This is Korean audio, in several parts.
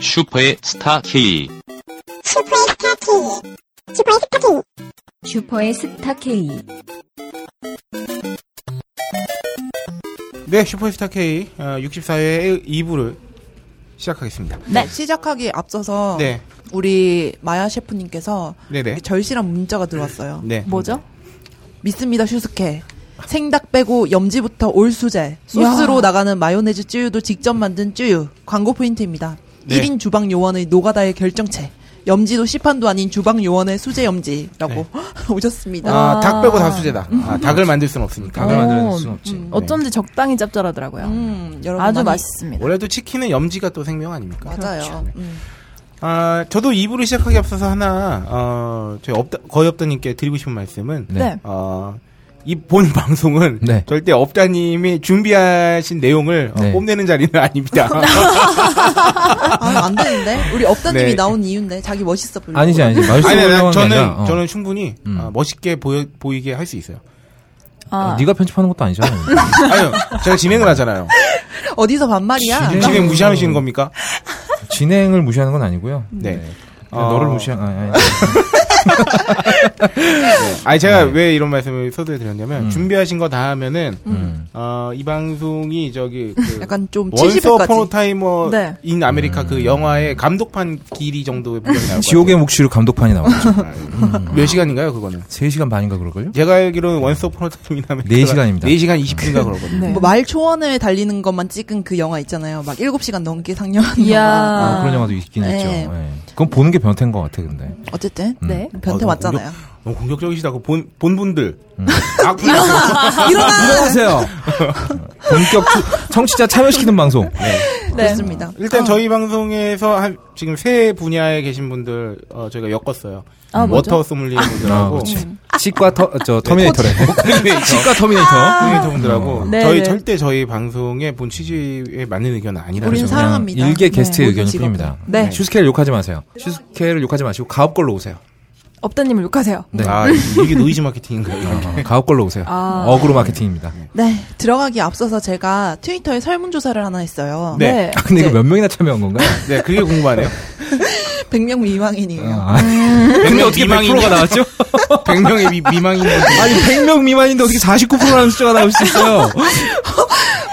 슈퍼의 스타 K. 슈퍼의 스타 K. 슈퍼의 스타 K. 슈퍼의 스타 K. 네, 슈퍼스타 K 64회 2부를 시작하겠습니다. 네. 시작하기에 앞서서 네, 우리 마야 셰프님께서 네네. 절실한 문자가 들어왔어요. 네. 뭐죠? 믿습니다 슈스케. 생닭 빼고 염지부터 올 수제. 소스로 나가는 마요네즈 쯔유도 직접 만든 쯔유. 광고 포인트입니다. 네. 1인 주방 요원의 노가다의 결정체. 염지도 시판도 아닌 주방 요원의 수제 염지라고 네. 오셨습니다. 아, 닭 빼고 다 수제다. 아, 닭을 만들 수는 없으니까. 닭을 만드는 수는 없지. 어쩐지 적당히 짭짤하더라고요. 음, 여러분 아주 많이- 맛있습니다. 그렇죠. 원래도 치킨은 염지가 또 생명 아닙니까? 그렇죠. 네. 맞아요. 음. 아, 저도 2부를 시작하기 앞서서 하나, 어, 저희 업다, 거의 업다님께 드리고 싶은 말씀은, 네. 어, 이 본 방송은 네. 절대 업다님이 준비하신 내용을 어, 네. 뽐내는 자리는 아닙니다. 아, 안 되는데? 우리 업다님이 네. 나온 이유인데, 자기 멋있어 보이고. 아니지 아니지 맛있어 아니, 보이려고 아니, 하는 게 저는 아니라, 어. 저는 충분히 음. 어, 멋있게 보여, 보이게 할 수 있어요. 아, 어, 네가 편집하는 것도 아니잖아. 아니요, 제가 진행을 하잖아요. 어디서 반말이야? 지금- 진행 무시하시는 겁니까? 진행을 무시하는 건 아니고요. 음. 네. 그냥 어. 너를 무시한 아니, 아니. 네. 아니 제가 왜 이런 말씀을 서두에 드렸냐면 네. 음. 준비하신 거 다 하면은 음. 어, 이 방송이 저기 그 약간 좀 원스 70회까지. 뭐 포노타이머 네. 인 아메리카 어, 그 영화의 감독판 길이 정도의 분량이 나올 음. 지옥의 묵시로 감독판이 나왔죠. 몇 시간인가요 그거는? 3시간 반인가 그럴걸요? 제가 알기로는 원스 포노타이머 인 아메리카 네 시간입니다. 4시간 20분인가 그러거든요. 네. 뭐말 초원을 달리는 것만 찍은 그 영화 있잖아요. 막 7시간 넘게 상영한 영화. 이야. 아, 그런 영화도 있긴 네. 했죠. 예. 그건 보는 게 변태인 것 같아 근데. 어쨌든 음. 네. 변태 아, 맞잖아요. 너무 공격적이시다. 그 본, 본분들. 음. 아, 악플 일어나세요. 본격 투- 청취자 참여시키는 방송. 네. 그렇습니다. 일단 아. 저희 방송에서 한, 지금 세 분야에 계신 분들 어, 저희가 엮었어요. 아, 뭐죠? 워터 소믈리에 아, 분들하고 음. 치과 터, 저 터미네이터래. 뭐, 치과 터미네이터. 아, 음, 소믈리에 음. 분들하고 네, 저희 네. 절대 저희 방송의 본 취지에 맞는 의견은 아니라는 우린 점. 사랑합니다. 일개 게스트의 네, 의견일 모든 뿐입니다. 직업은. 네. 슈스케를 욕하지 마세요. 슈스케를 욕하지 마시고 가업 걸로 오세요. 업다님을 욕하세요. 네. 아 이게 노이즈 마케팅인가요? 어, 가업 걸로 오세요. 아. 어그로 마케팅입니다. 네. 들어가기 앞서서 제가 트위터에 설문조사를 하나 했어요. 네. 아, 근데 이거 몇 명이나 참여한 건가요? 네, 그게 궁금하네요. 100명 미망인이에요. 아. 근데 어떻게 100%가 나왔죠? 100명의 미, 망인 아니 100명 미만인데 어떻게 49%라는 숫자가 나올 수 있어요?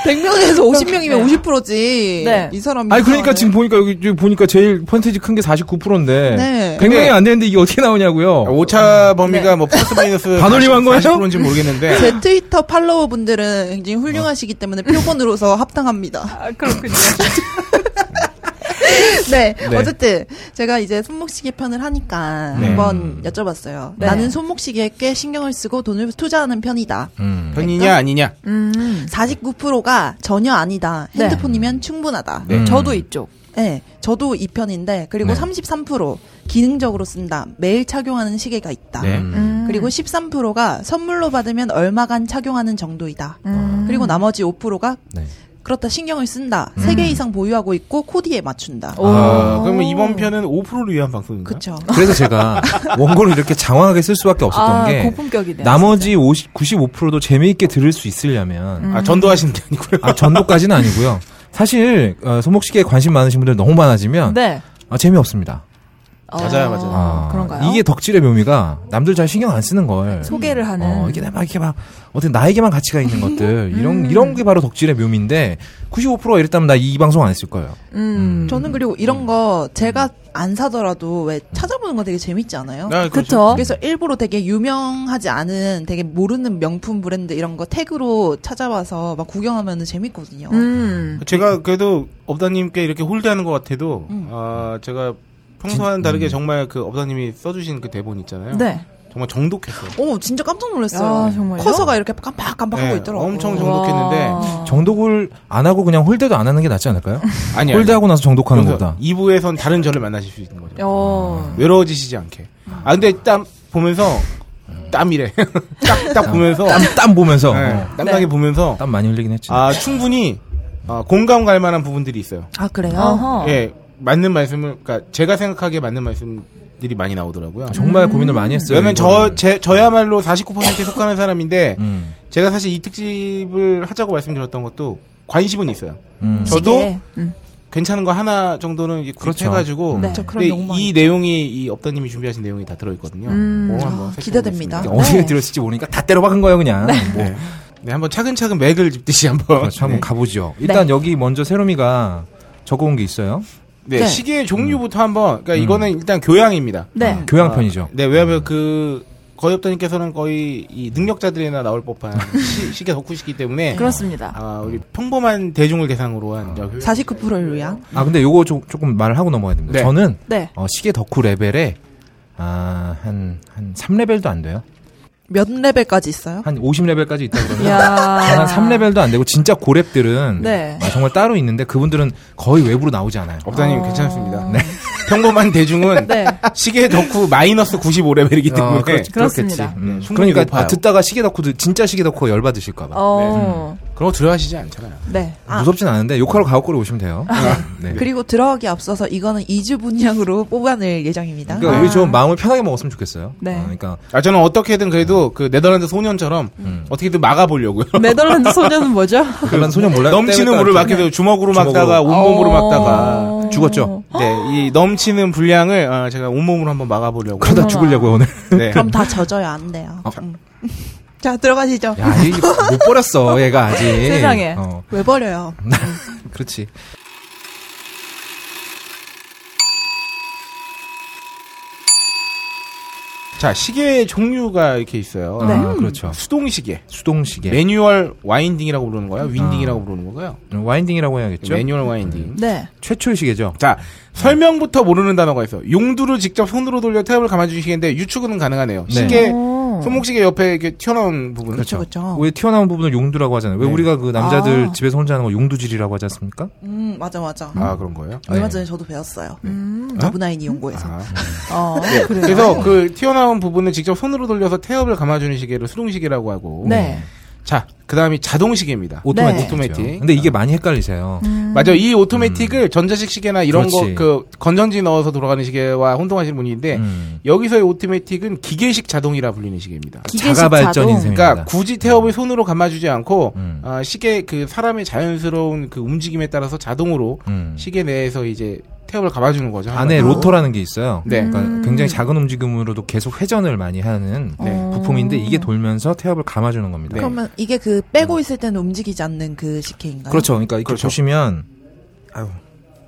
100명에서 50명이면 50%지. 네. 이 사람이. 아니 그러니까 지금 보니까 여기, 여기 보니까 제일 퍼센테이지 큰 게 49%인데 네. 100명이 안 되는데 이게 어떻게 나오냐고요? 오차 범위가 뭐 플러스 마이너스 네. 반올림 한 거예요? 40%인지 모르겠는데 제 트위터 팔로워 분들은 굉장히 훌륭하시기 때문에 표본으로서 합당합니다. 아, 그렇군요. 네. 네. 어쨌든 제가 이제 손목시계 편을 하니까 네. 한번 여쭤봤어요. 네. 나는 손목시계에 꽤 신경을 쓰고 돈을 투자하는 편이다. 음. 편이냐 아니냐. 음. 49%가 전혀 아니다. 네. 핸드폰이면 충분하다. 네. 저도 이쪽. 네, 저도 이 편인데 그리고 네. 33% 기능적으로 쓴다. 매일 착용하는 시계가 있다. 네. 음. 그리고 13%가 선물로 받으면 얼마간 착용하는 정도이다. 음. 그리고 나머지 5%가 네. 그렇다 신경을 쓴다. 세 3개 이상 보유하고 있고 코디에 맞춘다. 오. 아, 그러면 이번 편은 5%를 위한 방송인가요? 그쵸. 그래서 제가 원고를 이렇게 장황하게 쓸 수밖에 없었던 아, 게 고품격이네요. 나머지 50, 95%도 재미있게 들을 수 있으려면 아, 전도하시는 게 아니고요. 아, 전도까지는 아니고요. 사실 어, 손목시계에 관심 많으신 분들 너무 많아지면 네. 아, 재미없습니다. 어, 맞아요, 맞아요. 아, 그런가요? 이게 덕질의 묘미가 남들 잘 신경 안 쓰는 걸 소개를 하는. 어, 이게 막 이렇게 막 어떻게 나에게만 가치가 있는 것들 음. 이런 이런 게 바로 덕질의 묘미인데 95%가 이랬다면 나 이 방송 안 했을 거예요. 음. 저는 그리고 이런 거 제가 안 사더라도 왜 찾아보는 거 되게 재밌지 않아요? 아, 그렇죠. 그쵸. 그래서 일부러 되게 유명하지 않은 되게 모르는 명품 브랜드 이런 거 태그로 찾아와서 막 구경하면 재밌거든요. 음. 제가 그래도 업다님께 이렇게 홀대하는 것 같아도 음. 아 제가 평소와는 다르게 정말 그 업다님이 써주신 그 대본 있잖아요. 네. 정말 정독했어요. 오 진짜 깜짝 놀랐어요. 야, 정말요? 커서가 이렇게 깜빡깜빡하고 네, 있더라고요. 엄청 정독했는데 와. 정독을 안 하고 그냥 홀대도 안 하는 게 낫지 않을까요? 아니 홀대하고 나서 정독하는 것보다. 2부에선 다른 저를 만나실 수 있는 거죠. 어. 외로워지시지 않게. 아 근데 땀 보면서 땀이래. 딱 딱 보면서 땀, 땀 보면서 네, 어, 땀나게 보면서 땀 많이 흘리긴 했지. 아 충분히 아, 공감 갈 만한 부분들이 있어요. 아 그래요? 어허. 예 맞는 말씀을 그러니까 제가 생각하기에 맞는 말씀들이 많이 나오더라고요. 정말 음. 고민을 많이 했어요. 네, 왜냐면 저, 이거는. 제, 저야말로 49%에 속하는 사람인데, 음, 제가 사실 이 특집을 하자고 말씀드렸던 것도 관심은 있어요. 음. 저도 네. 시계. 음. 괜찮은 거 하나 정도는 이제 그렇죠. 구입해가지고 음. 네. 저 그런 근데 욕망이 이 내용이 이 업다님이 준비하신 내용이 다 들어있거든요. 음. 그거 아, 한번 살펴보겠습니다. 기대됩니다. 그러니까 어디에 네. 들었을지 모르니까 다 때려박은 거예요 그냥. 뭐. 네. 네, 한번 차근차근 맥을 짚듯이 한번. 그렇죠. 한번 네. 가보죠. 일단 여기 먼저 세롬이가 적어온 게 있어요. 네, 네. 시계의 종류부터 한번. 그러니까 음. 이거는 일단 교양입니다. 네. 교양 편이죠. 네, 왜냐하면 그 거의 업다님께서는 거의 이 능력자들이나 나올 법한 시, 시계 덕후시기 때문에 그렇습니다. 아, 우리 평범한 대중을 대상으로 한 야, 49%를 위한 아 근데 요거 조, 조금 말을 하고 넘어가야 됩니다. 네. 저는 네. 어, 시계 덕후 레벨에 아한한 3레벨도 안 돼요. 몇 레벨까지 있어요? 한 50레벨까지 있다 그러면 야. 한 3레벨도 안 되고 진짜 고렙들은 네. 아, 정말 따로 있는데 그분들은 거의 외부로 나오지 않아요. 업다님 어. 괜찮습니다. 네. 평범한 대중은 네. 시계 덕후 마이너스 95레벨이기 때문에 어, 그렇- 그렇습니다. 그렇겠지. 음, 네, 충분히 그러니까 높아요. 아, 듣다가 시계 덕후들 진짜 시계 덕후 열 받으실까 봐. 어. 그런 거 두려워하시지 않잖아요. 네. 무섭진 않은데 욕하러 가옥거리 오시면 돼요. 아. 네. 그리고 들어가기 앞서서 이거는 2주 분량으로 뽑아낼 예정입니다. 그러니까 아. 우리 좀 마음을 편하게 먹었으면 좋겠어요. 네. 어, 그러니까 아 저는 어떻게든 음. 그래도 그 네덜란드 소년처럼 어떻게든 막아보려고요. 네덜란드 소녀는 뭐죠? 그런 소년 몰라 넘치는 물을 막기도 주먹으로 네. 주먹으로. 막다가 온몸으로 네. 어. 막다가 죽었죠. 네, 이 넘치는 분량을 어, 제가 온몸으로 한번 막아보려고. 그러다 어머나. 죽으려고요 오늘. 네. 그럼 다 젖어야 안 돼요. 예. 어. 음. 자 들어가시죠. 야, 이못 버렸어 얘가 아직. 세상에. 네. 어, 왜 버려요? 그렇지. 자 시계 종류가 이렇게 있어요. 아, 그렇죠. 수동 시계, 수동 시계. 매뉴얼 와인딩이라고 부르는 거야, 음. 윈딩이라고 부르는 거고요. 예, 와인딩이라고 해야겠죠. 매뉴얼 와인딩. 네. 최초의 시계죠. 자 설명부터 모르는 단어가 있어. 요 용두를 직접 손으로 돌려 태엽을 감아주시겠는데 유축은 가능하네요. 네. 시계 오. 손목시계 옆에 이렇게 튀어나온 부분. 그렇죠, 그렇죠. 왜 튀어나온 부분을 용두라고 하잖아요. 왜 네. 우리가 그 남자들 아. 집에서 혼자 하는 거 용두질이라고 하지 않습니까? 음 맞아 맞아. 아 그런 거예요? 얼마 네. 전에 저도 배웠어요. 음. 문화인 이용고에서. 아. 어. 그래요. 그래서 음. 그 튀어나온 부분을 직접 손으로 돌려서 태엽을 감아주는 시계를 수동시계라고 하고. 네. 자, 그 다음이 자동시계입니다. 네. 오토매틱. 그렇죠. 오토매틱. 네. 근데 이게 많이 헷갈리세요. 음. 맞아. 이 오토매틱을 전자식 시계나 이런 그렇지. 거 그 건전지 넣어서 돌아가는 시계와 혼동하시는 분인데 음. 여기서의 오토매틱은 기계식 자동이라 불리는 시계입니다. 기계식 자가발전인 자동. 셈입니다. 그러니까 굳이 태엽을 손으로 감아주지 않고 음. 아, 시계 그 사람의 자연스러운 그 움직임에 따라서 자동으로 음. 시계 내에서 이제 태엽을 감아주는 거죠. 안에 한마디로. 로터라는 게 있어요. 네. 음. 그러니까 굉장히 작은 움직임으로도 계속 회전을 많이 하는 네. 어. 부품인데 이게 돌면서 태엽을 감아주는 겁니다. 네. 그러면 이게 그 빼고 있을 때는 움직이지 않는 그 식혜인가요? 음. 그렇죠. 그러니까 이렇게 그렇죠. 보시면 아유,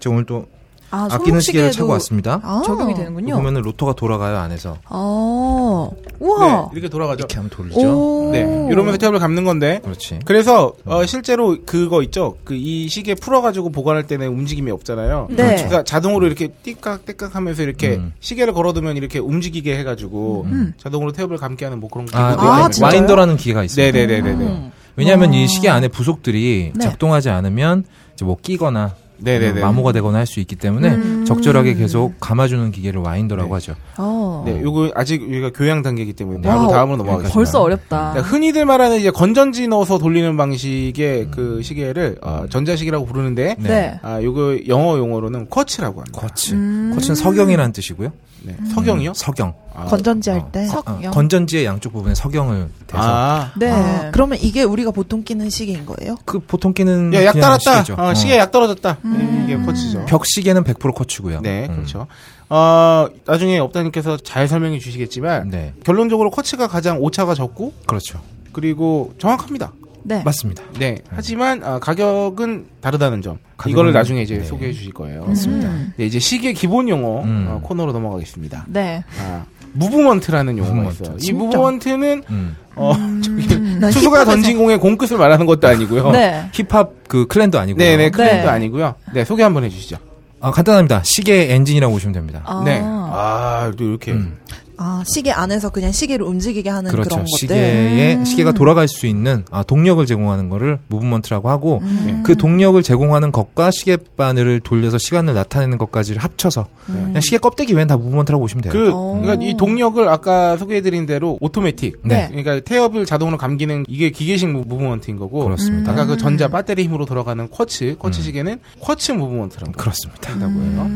저 오늘 또 아, 아끼는 시계를 손목시계도- 차고 왔습니다. 아, 적용이 되는군요. 보면은 로터가 돌아가요 안에서. 어. 네, 우와. 이렇게 돌아가죠. 이렇게 하면 돌리죠. 오. 네, 이러면서 태엽을 감는 건데 그렇지. 그래서 음. 어, 실제로 그거 있죠. 그 이 시계 풀어가지고 보관할 때는 움직임이 없잖아요. 네. 그러니까 자동으로 이렇게 띠깍 띠깍 하면서 이렇게 그렇죠. 음. 시계를 걸어두면 이렇게 움직이게 해가지고 음. 자동으로 태엽을 감게 하는 뭐 그런 아, 기계도 아, 있거든요. 네. 와인더라는 기계가 있어요. 네네네네네. 음. 왜냐하면 이 시계 안에 부속들이 아. 네. 작동하지 않으면 이제 뭐 끼거나 네네네. 마모가 되거나 할 수 있기 때문에 음. 적절하게 계속 감아주는 기계를 와인더라고 네. 하죠. 어. 네, 요거 아직 우리가 교양 단계이기 때문에 네. 바로 와우. 다음으로 넘어가겠습니다. 벌써 어렵다. 자, 흔히들 말하는 이제 건전지 넣어서 돌리는 방식의 그 시계를 어, 전자식이라고 부르는데 네. 아 요거 영어 용어로는 쿼츠라고 합니다. 쿼츠. 음. 쿼츠는 석영이라는 뜻이고요. 네. 석영이요? 음, 석영. 아, 네. 건전지 할 때. 어, 어, 건전지의 양쪽 부분에 석영을 대서 아. 네. 아, 그러면 이게 우리가 보통 끼는 시계인 거예요? 그 보통 끼는 야, 약 그냥 따랐다. 시계죠. 어, 어. 시계 약 떨어졌다. 네, 이게 쿼츠죠. 벽시계는 100% 쿼츠고요. 네, 음. 그렇죠. 어, 나중에 업다님께서 잘 설명해 주시겠지만 네, 결론적으로 쿼츠가 가장 오차가 적고 그렇죠. 그리고 정확합니다. 네. 맞습니다. 네. 하지만 아, 가격은 다르다는 점. 음. 가격은- 이거를 나중에 이제 네. 소개해 주실 거예요. 맞습니다. 네, 이제 시계 기본 용어 음. 어, 코너로 넘어가겠습니다. 음. 네. 아, 무브먼트라는 용어가 무브먼트. 있어요. 이 진짜? 무브먼트는 음. 어, 저기 난 투수가 힙합에서- 던진 공의 공끝을 말하는 것도 아니고요. 네. 힙합 그 클랜도 아니고요. 네, 네, 그것도 네. 아니고요. 네, 소개 한번 해 주시죠. 아, 간단합니다. 시계 엔진이라고 보시면 됩니다. 아. 네. 아, 또 이렇게 음, 아, 시계 안에서 그냥 시계를 움직이게 하는 그 그렇죠. 런 것들. 음. 시계에 시계가 돌아갈 수 있는 아, 동력을 제공하는 거를 무브먼트라고 하고 음. 네. 그 동력을 제공하는 것과 시계 바늘을 돌려서 시간을 나타내는 것까지를 합쳐서 그냥 시계 껍데기 외엔 다 무브먼트라고 보시면 돼요. 네. 그 어. 오. 그러니까 이 동력을 아까 소개해드린 대로 오토매틱. 네. 그러니까 태엽을 자동으로 감기는 이게 기계식 무- 무브먼트인 거고. 그렇습니다. 음. 아까 그 전자 배터리 힘으로 돌아가는 쿼츠, 쿼츠 시계는 쿼츠 무브먼트라고 그렇습니다. 한다고 해요.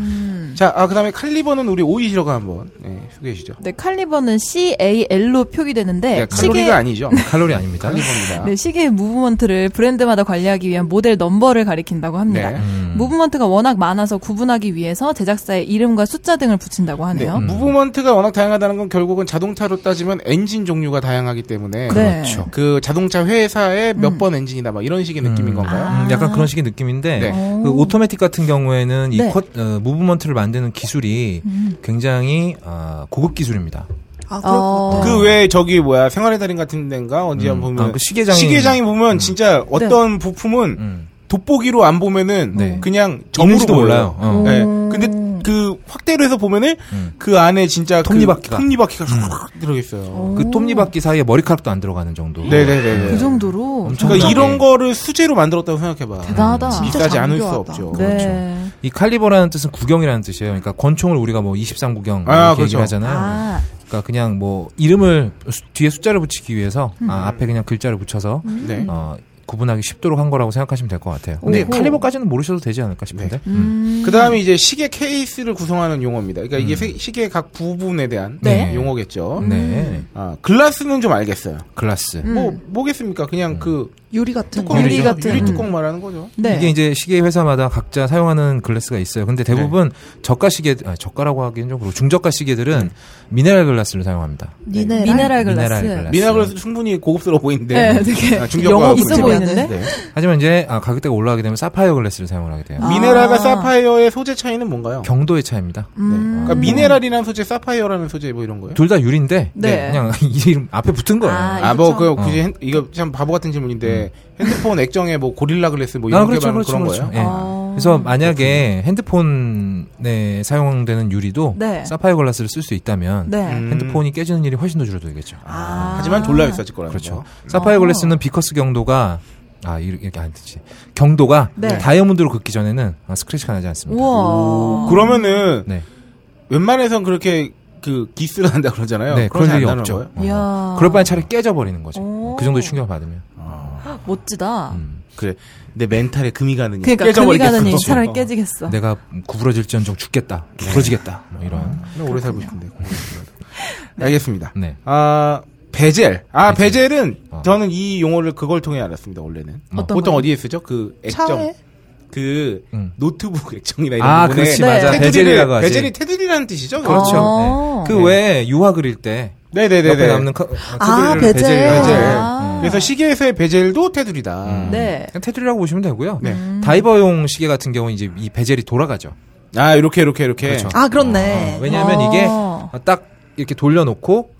자, 아, 그 다음에 칼리버는 우리 오이시러가 한번 예, 소개해 주시죠. 네, 칼리버는 CAL로 표기되는데 네, 칼로리가 아니죠. 칼로리 아닙니다. 칼리버입니다. 네, 시계의 무브먼트를 브랜드마다 관리하기 위한 모델 넘버를 가리킨다고 합니다. 네. 음. 무브먼트가 워낙 많아서 구분하기 위해서 제작사의 이름과 숫자 등을 붙인다고 하네요. 음. 무브먼트가 워낙 다양하다는 건 결국은 자동차로 따지면 엔진 종류가 다양하기 때문에 네. 그렇죠. 그 자동차 회사의 몇 번 엔진이다 막 이런 식의 느낌인 건가요? 아. 음, 약간 그런 식의 느낌인데 네. 그 오토매틱 같은 경우에는 이 네. 컷, 어, 무브먼트를 만드는 기술이 음. 굉장히 아, 고급 기술입니다. 아, 어. 그 외에 저기 뭐야 생활의 달인 같은 데인가 언제 한번 보면 아, 그 시계장이- 시계장이 보면 진짜 어떤 부품은 음. 돋보기로 안 보면은 네. 그냥 있는지도 점으로 몰라요. 몰라요. 어. 네. 음. 근데 그 확대로 해서 보면은 음. 그 안에 진짜 그 톱니바퀴가. 톱니바퀴가 음. 들어 있어요. 그 톱니바퀴 사이에 머리카락도 안 들어가는 정도. 네네네. 그 정도로 엄청- 그러니까 정말. 이런 거를 수제로 만들었다고 생각해봐. 음. 대단하다. 진짜 비싸지 않을 수 장교하다. 없죠. 그렇죠. 네. 이 칼리버라는 뜻은 구경이라는 뜻이에요. 그러니까 권총을 우리가 뭐 23구경 이렇게 아, 그렇죠. 얘기를 하잖아요. 아, 그러니까 그냥 뭐 이름을 수- 뒤에 숫자를 붙이기 위해서 아, 앞에 그냥 글자를 붙여서 네. 음. 어, 구분하기 쉽도록 한 거라고 생각하시면 될 것 같아요. 근데 오호. 칼리버까지는 모르셔도 되지 않을까 싶은데. 음. 그 다음에 이제 시계 케이스를 구성하는 용어입니다. 그러니까 음. 이게 세- 시계의 각 부분에 대한 음, 네. 용어겠죠. 음. 네. 아, 글라스는 좀 알겠어요. 글라스. 뭐, 뭐겠습니까? 그냥 음. 그 유리 같은 거. 뚜껑, 유리 음. 같은. 유리 뚜껑 말하는 거죠. 네. 이게 이제 시계 회사마다 각자 사용하는 글라스가 있어요. 근데 대부분 저가 시계, 아, 저가라고 하기엔 좀 그렇고 중저가 시계들은 미네랄 글라스를 사용합니다. 니네. 미네랄 글라스. 미네랄 글라스. 미나그래서 충분히 고급스러워 보이는데. 아, 네, 되게 중저가 영어 있어 그렇지만. 보이는데? 네. 하지만 이제 아, 가격대가 올라가게 되면 사파이어 글라스를 사용을 하게 돼요. 아. 미네랄과 사파이어의 소재 차이는 뭔가요? 경도의 차이입니다. 음. 그러니까 미네랄이라는 소재, 사파이어라는 소재 뭐 이런 거예요? 둘 다 유리인데 네. 그냥 이 이름 앞에 붙은 거예요. 아, 아, 뭐, 그, 그렇죠. 굳이, 핸- 이거 참 바보 같은 질문인데, 핸드폰 액정에 뭐, 고릴라 글래스 뭐, 이런 아, 게 그렇죠, 많은 음. 그렇죠, 그런 그렇죠. 거예요? 예. 아. 그래서 만약에 핸드폰에 사용되는 유리도 네. 사파이어 글라스를 쓸 수 있다면 네. 음. 핸드폰이 깨지는 일이 훨씬 더 줄어들겠죠. 아. 하지만 졸라 비싸질 거라는 그렇죠. 거. 사파이어 어. 글라스는 비커스 경도가 아 이렇게 이렇게 안 되지. 경도가 네. 다이아몬드로 긋기 전에는 아, 스크래치가 나지 않습니다. 우와. 그러면은, 네. 웬만해선 그렇게 그 기스를 한다 그러잖아요. 네, 그런 그런 일이 안 없죠. 거예요? 어. 이야. 그럴 바엔 차라리 깨져버리는 거죠. 오. 그 정도의 충격을 받으면. 멋지다. 음. 그래. 내 멘탈에 금이 가는 그러니까 금이 가는 일 차라리 깨지겠어. 내가 구부러질지언정 죽겠다. 부러지겠다. 뭐 이런. 오래 살고 싶은데. 어. 알겠습니다. 네. 아 베젤. 아 베젤. 은 어. 저는 이 용어를 그걸 통해 알았습니다. 원래는 어떤 보통 거요? 어디에 쓰죠? 그 액정. 차에? 그 음. 노트북 액정이나 이런 아, 부분에 그렇지, 맞아. 테두리를- 베젤이라고 하지. 베젤이 테두리라는 뜻이죠? 그렇죠. 아. 네. 그 외에 유화 그릴 때 네네네네. 옆에 남는 카, 아, 베젤. 테두리를 베젤이라고 베젤. 하죠. 아. 그래서 시계에서의 베젤도 테두리다. 음. 네. 그냥 테두리라고 보시면 되고요. 네. 다이버용 시계 같은 경우는 이제 이 베젤이 돌아가죠. 아 이렇게 이렇게 이렇게. 그렇죠. 아, 그렇네. 왜냐하면 아. 이게 딱 이렇게 돌려놓고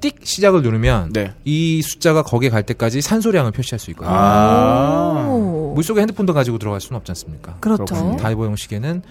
띡 시작을 누르면 네. 이 숫자가 거기에 갈 때까지 산소량을 표시할 수 있거든요. 아. 오. 물속에 핸드폰도 가지고 들어갈 수는 없지 않습니까? 그렇죠. 다이버용 시계는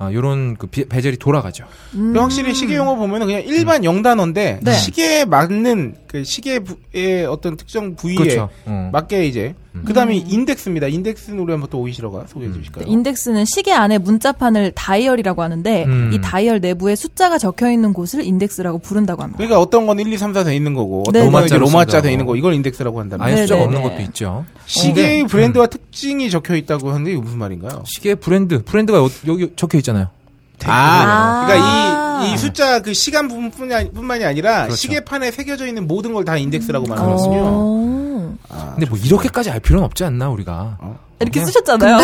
아, 요런 그 비- 베젤이 돌아가죠. 음. 근데 그 확실히 시계 용어 보면은 그냥 음. 일반 영단어인데 네. 시계에 맞는 그 시계의 어떤 특정 부위에 그렇죠. 어. 맞게 이제 그다음에 인덱스입니다. 인덱스는 우리 한번 또 오이시러가 소개해 주실까요? 인덱스는 시계 안에 문자판을 다이얼이라고 하는데 음. 이 다이얼 내부에 숫자가 적혀 있는 곳을 인덱스라고 부른다고 합니다. 그러니까 어떤 건 1, 2, 3, 4 돼 있는 거고 네. 어떤 건 이제 로마자로 로마자 쓴다고. 돼 있는 거 이걸 인덱스라고 한다면 아예 네, 숫자가 네, 없는 네. 것도 있죠. 시계의 브랜드와 특징이 적혀 있다고 하는데 이게 무슨 말인가요? 시계 브랜드 브랜드가 여- 여기 적혀 있잖아요. 아, 아. 그러니까 이, 이 숫자 그 시간 부분뿐이 아니- 뿐만이 아니라 그렇죠. 시계판에 새겨져 있는 모든 걸 다 인덱스라고 말하거든요. 오. 아, 근데 뭐 이렇게까지 알 필요는 없지 않나 우리가. 어. 이렇게 그냥- 쓰셨잖아요.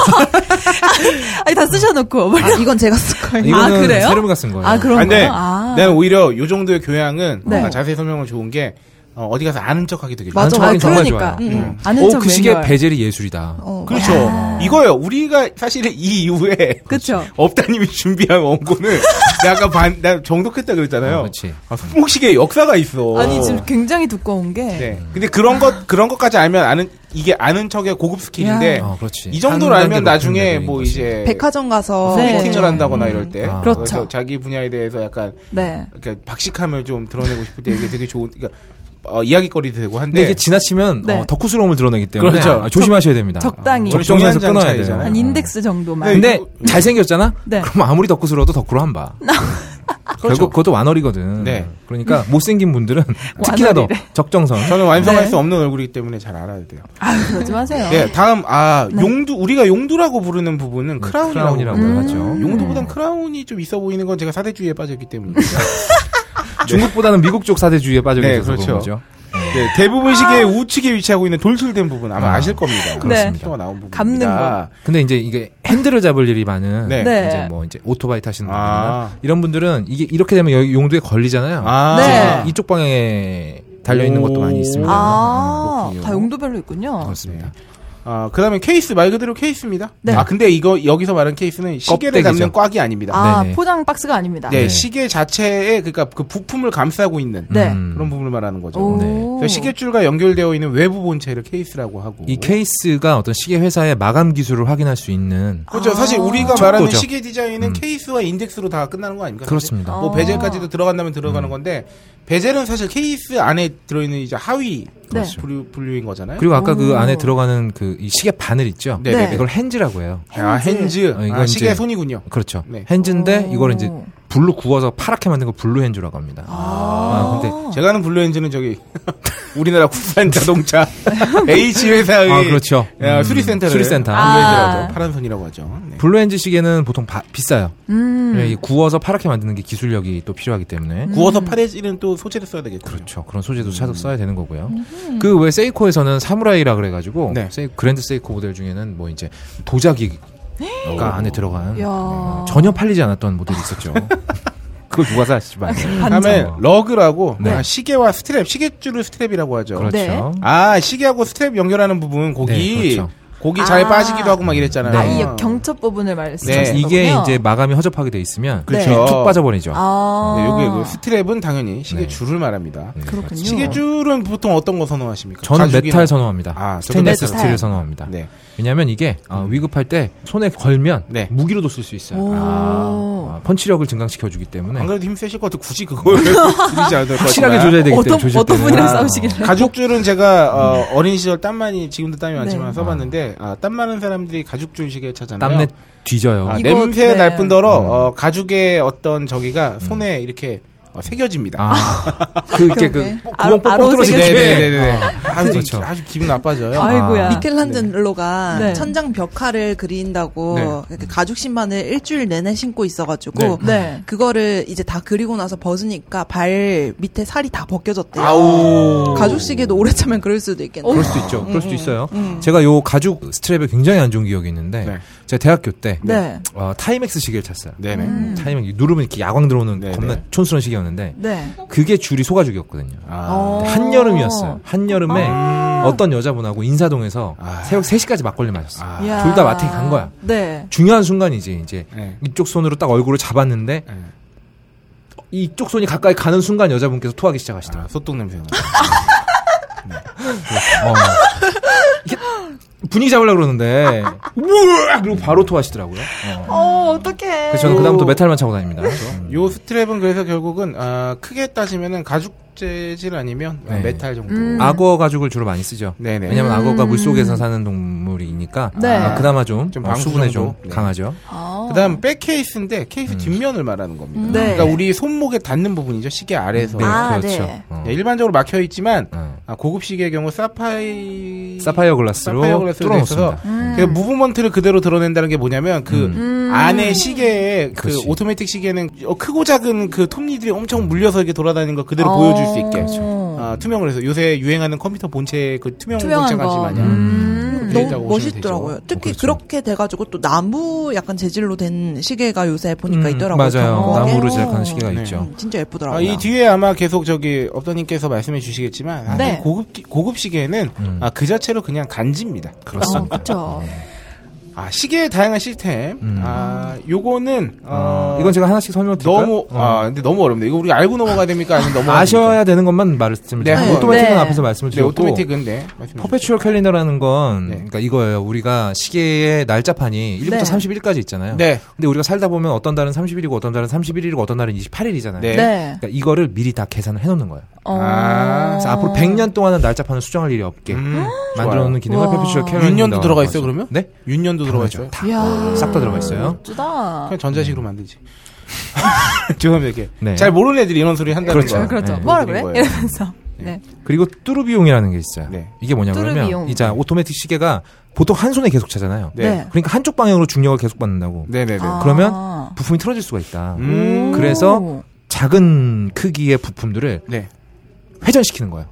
아니 다 쓰셔놓고 아, 이건 제가 쓸 거예요. 이거는 그래요? 세르브가 쓴 거예요. 아 그런 근데 거요? 아. 나는 오히려 요 정도의 교양은 네. 아, 자세히 설명은 좋은 게 어, 어디 가서 아는 척하기 되게 좋아요. 맞아, 아, 아, 정말 그러니까. 좋아요. 음. 아는 오, 척 그 시계 맹렬. 베젤이 예술이다. 어, 그렇죠. 이거예요. 우리가 사실 이 이후에 그쵸. 업다님이 준비한 원고는 내가 아까 반, 나 정독했다 그랬잖아요. 어, 그렇지. 아, 손목시계 역사가 있어. 아니 지금 굉장히 두꺼운 게 네. 근데 그런 것 그런 것까지 알면 아는 이게 아는 척의 고급 스킬인데 야. 어, 그렇지. 이 정도로 한 알면 단계 높은 나중에 레벨인 뭐 거지. 이제 백화점 가서 네. 소개팅을 한다거나 이럴 때 아. 그래서 그렇죠. 자기 분야에 대해서 약간 네. 이렇게 박식함을 좀 드러내고 싶을 때 이게 되게 좋은 그러니까 어, 이야기거리도 되고 한데 근데 이게 지나치면 네. 어, 덕후스러움을 드러내기 때문에 그렇죠. 아, 조심하셔야 됩니다. 적당히 우리 적정선에서 종이한 끊어야 장차이잖아요. 아, 돼요. 네. 한 인덱스 정도만. 근데 잘생겼잖아? 네. 그럼 아무리 덕후스러워도 덕후로 한 봐. 그렇죠. 결국 그것도 완월이거든. 네. 그러니까 못생긴 분들은 특히나 더 완월이래. 적정선. 저는 완성할 네. 수 없는 얼굴이기 때문에 잘 알아야 돼요. 아유, 그러지 마세요. 네, 다음 아 네. 용두 우리가 용두라고 부르는 부분은 크라운이라고, 네, 크라운이라고 음. 부르죠. 하죠. 음. 용두보단 크라운이 좀 있어 보이는 건 제가 사대주의에 빠졌기 때문입니다. 중국보다는 미국 쪽 사대주의에 빠져 네, 계셔서 그런 그렇죠. 거죠. 네, 대부분 시계의 우측에 위치하고 있는 돌출된 부분 아마 아, 아실 겁니다. 그렇습니다. 또 나온 부분. 네. 감는 거. 근데 이제 이게 핸들을 잡을 일이 많은 네. 네. 이제 뭐 이제 오토바이 타시는 분이나 아. 이런 분들은 이게 이렇게 되면 여기 용두에 걸리잖아요. 아. 네. 이쪽 방향에 달려 있는 것도 많이 있습니다. 아, 그렇군요. 다 용도별로 있군요. 그렇습니다. 아, 그다음에 케이스 말 그대로 케이스입니다. 네. 아, 근데 이거 여기서 말한 케이스는 시계를 껍데기죠. 담는 꽉이 아닙니다. 아, 네네. 포장 박스가 아닙니다. 네, 네. 시계 자체에 그러니까 그 부품을 감싸고 있는 네. 음. 그런 부분을 말하는 거죠. 오. 네. 그래서 시계줄과 연결되어 있는 외부 본체를 케이스라고 하고 이 케이스가 어떤 시계 회사의 마감 기술을 확인할 수 있는 그렇죠. 사실 아. 우리가 말하는 척도죠. 음. 그렇죠. 시계 디자인은 케이스와 인덱스로 다 끝나는 거 아닙니까? 사실? 그렇습니다. 어. 뭐 아. 베젤까지도 들어간다면 들어가는 건데 베젤은 사실 케이스 안에 들어있는 이제 하위 네. 분류, 분류인 거잖아요. 그리고 아까 그 오. 안에 들어가는 그 이 시계 바늘 있죠. 네, 네, 네. 이걸 핸즈라고 해요. 아, 핸즈. 어, 이건 아, 시계 이제- 손이군요. 그렇죠. 네. 핸즈인데 오. 이걸 이제 불로 구워서 파랗게 만든 걸 블루 핸즈라고 합니다. 아, 근데 제가 아는 블루 핸즈는 저기 우리나라 국산 자동차 H 회사의 아, 그렇죠. 야, 음, 수리센터를 수리센터. 음. 블루 핸즈라고 아. 파란 손이라고 하죠. 네. 블루 핸즈 시계는 보통 바- 비싸요. 음. 예, 이 구워서 파랗게 만드는 게 기술력이 또 필요하기 때문에 구워서 파래지는 또 소재를 써야 되겠군요. 그렇죠. 그런 음. 소재도 찾아 써야 되는 거고요. 그 외 세이코에서는 사무라이라 그래가지고 네. 세이- 그랜드 세이코 모델 중에는 뭐 이제 도자기가 안에 들어간 야. 어, 전혀 팔리지 않았던 모델이 있었죠. 그걸 누가 사? 아, 씨발. 다음에 반전. 러그라고 네. 아, 시계와 스트랩, 시계줄을 스트랩이라고 하죠. 그렇죠. 네. 아 시계하고 스트랩 연결하는 부분 네, 고기 그렇죠. 네, 고기 잘 아. 빠지기도 하고 막 이랬잖아요. 아, 이 경첩 부분을 말씀하시는 네. 거군요. 이게 이제 마감이 허접하게 돼 있으면 그렇죠. 이툭 빠져버리죠. 아. 네, 요게 그 스트랩은 당연히 시계 네. 줄을 말합니다. 네, 그렇군요. 맞습니다. 시계 줄은 보통 어떤 거 선호하십니까? 저는 자주기나- 메탈 선호합니다. 아, 저도 스테인리스 메탈. 스틸을 선호합니다. 네. 왜냐하면 이게 아, 위급할 때 손에 걸면 음. 네. 무기로도 쓸 수 있어요. 오. 아, 펀치력을 증강시켜주기 안 때문에 그래도 힘 세실 것 같아 굳이 그걸 줄이지 않을 것 네. 확실하게 같아요. 조져야 되기 때문에 어떤 조질 어떤 때는. 분이랑 아, 싸우시길래? 가죽 줄은 제가 네. 어, 린 시절 땀 많이 지금도 땀이 많지만 네. 써봤는데 아, 땀 많은 사람들이 가죽 줄 시계 찾잖아요. 땀내 음. 뒤져요. 아, 이거- 냄새 네. 날뿐더러 어, 가죽의 어떤 저기가 손에 이렇게 어, 새겨집니다. 음. 아, 그 이렇게 그 그러게. 구멍 아로- 뽕뽕 뚫어진 아로 게 네네네네. 네. 아주, 그렇죠. 아주 기분 나빠져요. 아이고야. 미켈란젤로가 네. 천장 벽화를 그린다고 네. 이렇게 가죽 신발을 일주일 내내 신고 있어가지고 네. 아, 네. 그거를 이제 다 그리고 나서 벗으니까 발 밑에 살이 다 벗겨졌대요. 아우. 가죽 시계도 오래 차면 그럴 수도 어, 있겠네. 그럴 수도 있죠. 그럴 수도 있어요. 제가 요 가죽 스트랩에 굉장히 안 좋은 기억이 있는데 네. 제가 대학교 때 네. 어, 타이맥스 시계를 찼어요. 네네. 음. 타이맥 누르면 이렇게 야광 들어오는 네, 겁나 네. 촌스러운 시계였는데 네. 그게 줄이 소가죽이었거든요. 아. 어. 한여름이었어요. 한여름에 어떤 여자분하고 인사동에서 아. 새벽 3시까지 막걸리 마셨어. 요 아. 이야. 둘다 마트에 간 거야. 네. 중요한 순간이지. 이제 네. 이쪽 손으로 딱 얼굴을 잡았는데 네. 이쪽 손이 가까이 가는 순간 여자분께서 토하기 시작하시더라고요. 아, 소똥 냄새가. 어. 이게 분위기 잡으려고 그러는데 우와! 그리고 바로 토하시더라고요. 어. 어, 어떡해. 그래서 저는 그다음부터 메탈만 차고 다닙니다. 그렇죠. 음. 요 스트랩은 그래서 결국은 아, 크게 따지면은 가죽 재질 아니면 아, 네. 메탈 정도. 음. 악어 가죽을 주로 많이 쓰죠. 네네. 왜냐면 악어가 물속에서 사는 동물이니까 네. 아, 그나마 좀, 좀 어, 방수 수분에 정도? 네. 좀 강하죠. 아. 그다음 백 케이스인데 케이스 뒷면을 말하는 겁니다. 네. 그러니까 우리 손목에 닿는 부분이죠. 시계 아래에서. 네, 아, 그렇죠. 네. 어. 네, 일반적으로 막혀 있지만 어. 아, 고급 시계의 경우 사파이 사파이어 글라스로 사파이어 글라스로 돼 있어서 뚫어놓습니다. 음. 그 무브먼트를 그대로 드러낸다는 게 뭐냐면 그 음. 안에 시계에 그 그렇지. 오토매틱 시계는 어, 크고 작은 그 톱니들이 엄청 물려서 이렇게 돌아다니는 걸 그대로 어. 보여줄 수 있게 그렇죠. 아, 투명을 해서 요새 유행하는 컴퓨터 본체 그 투명 본체 투명한 가지 거. 마냥 음. 네. 너무 멋있더라고요. 특히 그렇죠. 그렇게 돼가지고 또 나무 약간 재질로 된 시계가 요새 보니까 음, 그러니까 있더라고요. 어. 맞아요. 경복에. 나무로 제작하는 시계가 네. 있죠. 음, 진짜 예쁘더라고요. 아, 이 뒤에 아마 계속 저기 업다님께서 말씀해 주시겠지만 아, 네. 이 고급 기- 고급 시계는 음. 아, 그 자체로 그냥 간지입니다. 어, 그렇죠. 아 시계의 다양한 시스템. 음. 아 요거는 어, 어, 이건 제가 하나씩 설명드릴까요? 너무 어. 아 근데 너무 어렵네. 이거 우리 알고 넘어가야 됩니까? 아니면 넘어가? 아셔야 되는 것만 말씀을 네, 드릴게요. 한번. 오토매틱은 네. 앞에서 말씀을 네, 드렸고 오토매틱은데. 퍼페추얼 캘린더라는 건 네. 그러니까 이거예요. 우리가 시계의 날짜판이 1부터 네. 31일까지 있잖아요. 네. 근데 우리가 살다 보면 어떤 달은 31일이고 어떤 달은 31일이고 어떤 달은 28일이잖아요. 네. 네. 그러니까 이거를 미리 다 계산을 해놓는 거예요. 어. 아, 그래서 앞으로 100년 동안은 날짜판을 수정할 일이 없게 음, 만들어 놓는 기능을 와. 페페추얼 캘린더. 윤년도 들어가 있어요 그러면? 네. 윤년도 들어가 있어요. 이야. 싹 다 들어가 있어요. 그렇죠. 다 그냥 전자식으로 만들지. 죄송합니다. 이렇게 음. 네. 잘 모르는 애들이 이런 소리 한다는 그렇죠. 거예요. 그렇죠. 네. 뭐라 그런 그래? 거예요. 이러면서. 네. 그리고 뚜루비용이라는 게 있어요. 네. 이게 뭐냐 그러면 뚜루비용. 이자 오토매틱 시계가 보통 한 손에 계속 차잖아요. 네. 네. 그러니까 한쪽 방향으로 중력을 계속 받는다고. 네네네. 아. 그러면 부품이 틀어질 수가 있다. 음. 그래서 작은 크기의 부품들을 네. 회전시키는 거예요.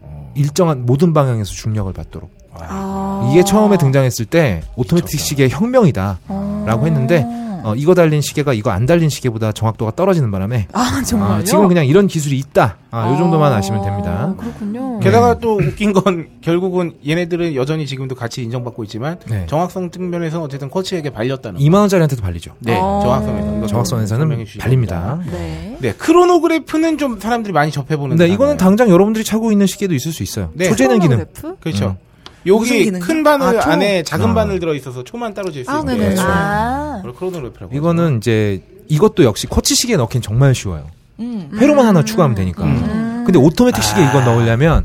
어. 일정한 모든 방향에서 중력을 받도록. 아. 이게 처음에 등장했을 때 오토매틱 미쳤다. 시계의 혁명이다. 아. 라고 했는데, 어, 이거 달린 시계가 이거 안 달린 시계보다 정확도가 떨어지는 바람에 아 정말요? 아, 지금 그냥 이런 기술이 있다. 아, 요 정도만 아, 아시면 됩니다. 음. 그렇군요. 게다가 또 웃긴 건 결국은 얘네들은 여전히 지금도 같이 인정받고 있지만 네. 정확성 측면에서 어쨌든 쿼츠에게 발렸다는 거. 2만 원짜리한테도 발리죠. 네. 아. 정확성에서 이거 정확선에서는 설명해 주시기 발립니다. 바랍니다. 네. 네. 크로노그래프는 좀 사람들이 많이 접해 보는 근데 네, 이거는 당장 여러분들이 차고 있는 시계도 있을 수 있어요. 네. 초재는 기능. 폰로그래프? 그렇죠. 음. 무슨 여기 기능이요? 큰 바늘 아, 초. 안에 작은 아. 바늘 들어 있어서 초만 따로 질 수 아, 있는 네네. 게 아. 그걸 크로노그래프라고. 이거는 이제 이것도 역시 쿼츠 시계에 넣긴 정말 쉬워요. 음. 회로만 하나 추가하면 되니까. 근데 오토매틱 시계 이거 넣으려면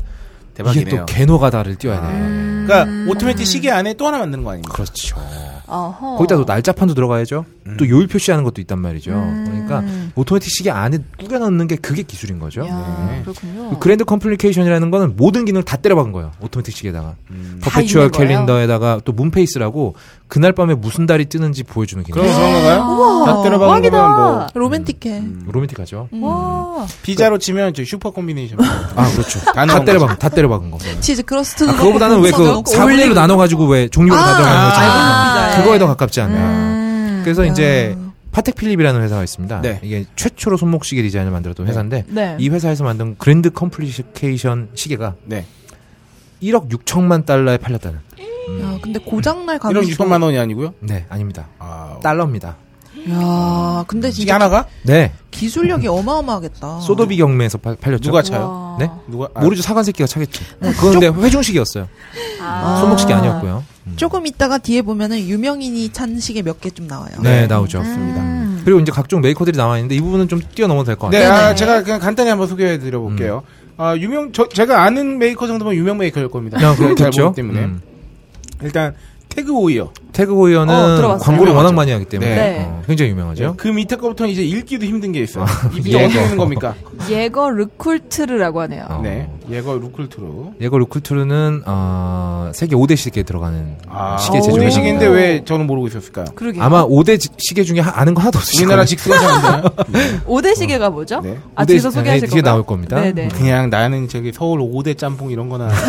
하죠. 음. 이게 아, 대박이네요. 아. 또 개노가 다를 띄워야 돼요. 음. 그러니까 오토매틱 시계 안에 또 하나 만드는 거 아닙니까? 그렇죠. 어허. 거기다 또 날짜판도 들어가야죠. 또 음. 요일 표시하는 것도 있단 말이죠. 음. 그러니까 오토매틱 시계 안에 꾸겨 넣는 게 그게 기술인 거죠. 이야, 네. 그렇군요. 그 그랜드 컴플리케이션이라는 거는 모든 기능을 다 때려박은 거예요. 오토매틱 시계에다가. 퍼페추얼 음. 다 있는 거예요? 캘린더에다가 또 문페이스라고 그날 밤에 무슨 달이 뜨는지 보여주는 기능. 그럼 그런 건가요? 아. 다 때려박은 거면 뭐 로맨틱해. 음. 로맨틱하죠. 음. 와. 피자로 치면 저 슈퍼 콤비네이션. 아, 그렇죠. 다 다 넣은 때려박은, 다 때려박은 거. 음. 치즈 크러스트도 아, 그거보다는 왜 그 4분의 1로 나눠가지고 왜 종류로 다 들어가는 거지? 음. 아, 그거에 더 가깝지 않나. 예. 음. 그래서 이제 파텍 필립이라는 회사가 있습니다. 네. 이게 최초로 손목시계 디자인을 만들었던 회사인데 네. 이 회사에서 만든 그랜드 컴플리케이션 시계가 네. 1억 6천만 달러에 팔렸다는. 야, 근데 고장날 1억 가능성이 6천만 원이 아니고요. 네, 아닙니다. 아, 달러입니다. 야, 근데 시계 진짜 하나가 네, 기술력이 어마어마하겠다. 소더비 경매에서 팔, 팔렸죠. 누가 차요? 네? 누가 아, 모르죠. 사관새끼가 차겠죠. 그건데 회중식이었어요. 손목식이 아니었고요. 음. 조금 있다가 뒤에 보면은 유명인이 찬 시계 몇 개 좀 나와요. 네, 나오죠. 음. 그리고 이제 각종 메이커들이 나와 있는데 이 부분은 좀 뛰어넘어도 될 것 네, 같아요. 아, 제가 그냥 간단히 한번 소개해 드려 볼게요. 음. 아, 유명 저 제가 아는 메이커 정도면 유명 메이커일 겁니다. 아, 그냥 잘 그렇겠죠. 모르기 때문에. 음. 일단 태그 오이어. 태그 호이어는 어, 들어봤어요. 광고를 워낙 유명하죠. 많이 하기 때문에 네. 어, 굉장히 유명하죠. 그 밑에 거부터는 이제 읽기도 힘든 게 있어요. 입이 예거. 어디 있는 겁니까? 예거 르쿨트르라고 하네요. 어. 네. 예거 루클트루. 예거 루쿨트루는 어, 세계 5대 시계에 들어가는 시계 오대 오. 제조회 제조회사입니다. 아, 시계인데 왜 저는 모르고 있었을까요? 그러게요. 아마 5대 시계 중에 하- 아는 거 하나도 없을 우리나라 거예요. 직수가 잘안나요 네. 5대 시계가 뭐죠? 네. 아, 어. 오대 뒤에서 시- 소개하실 네, 뒤에 건가요? 나올 겁니다. 음. 네네. 그냥 나는 저기 서울 5대 짬뽕 이런 거나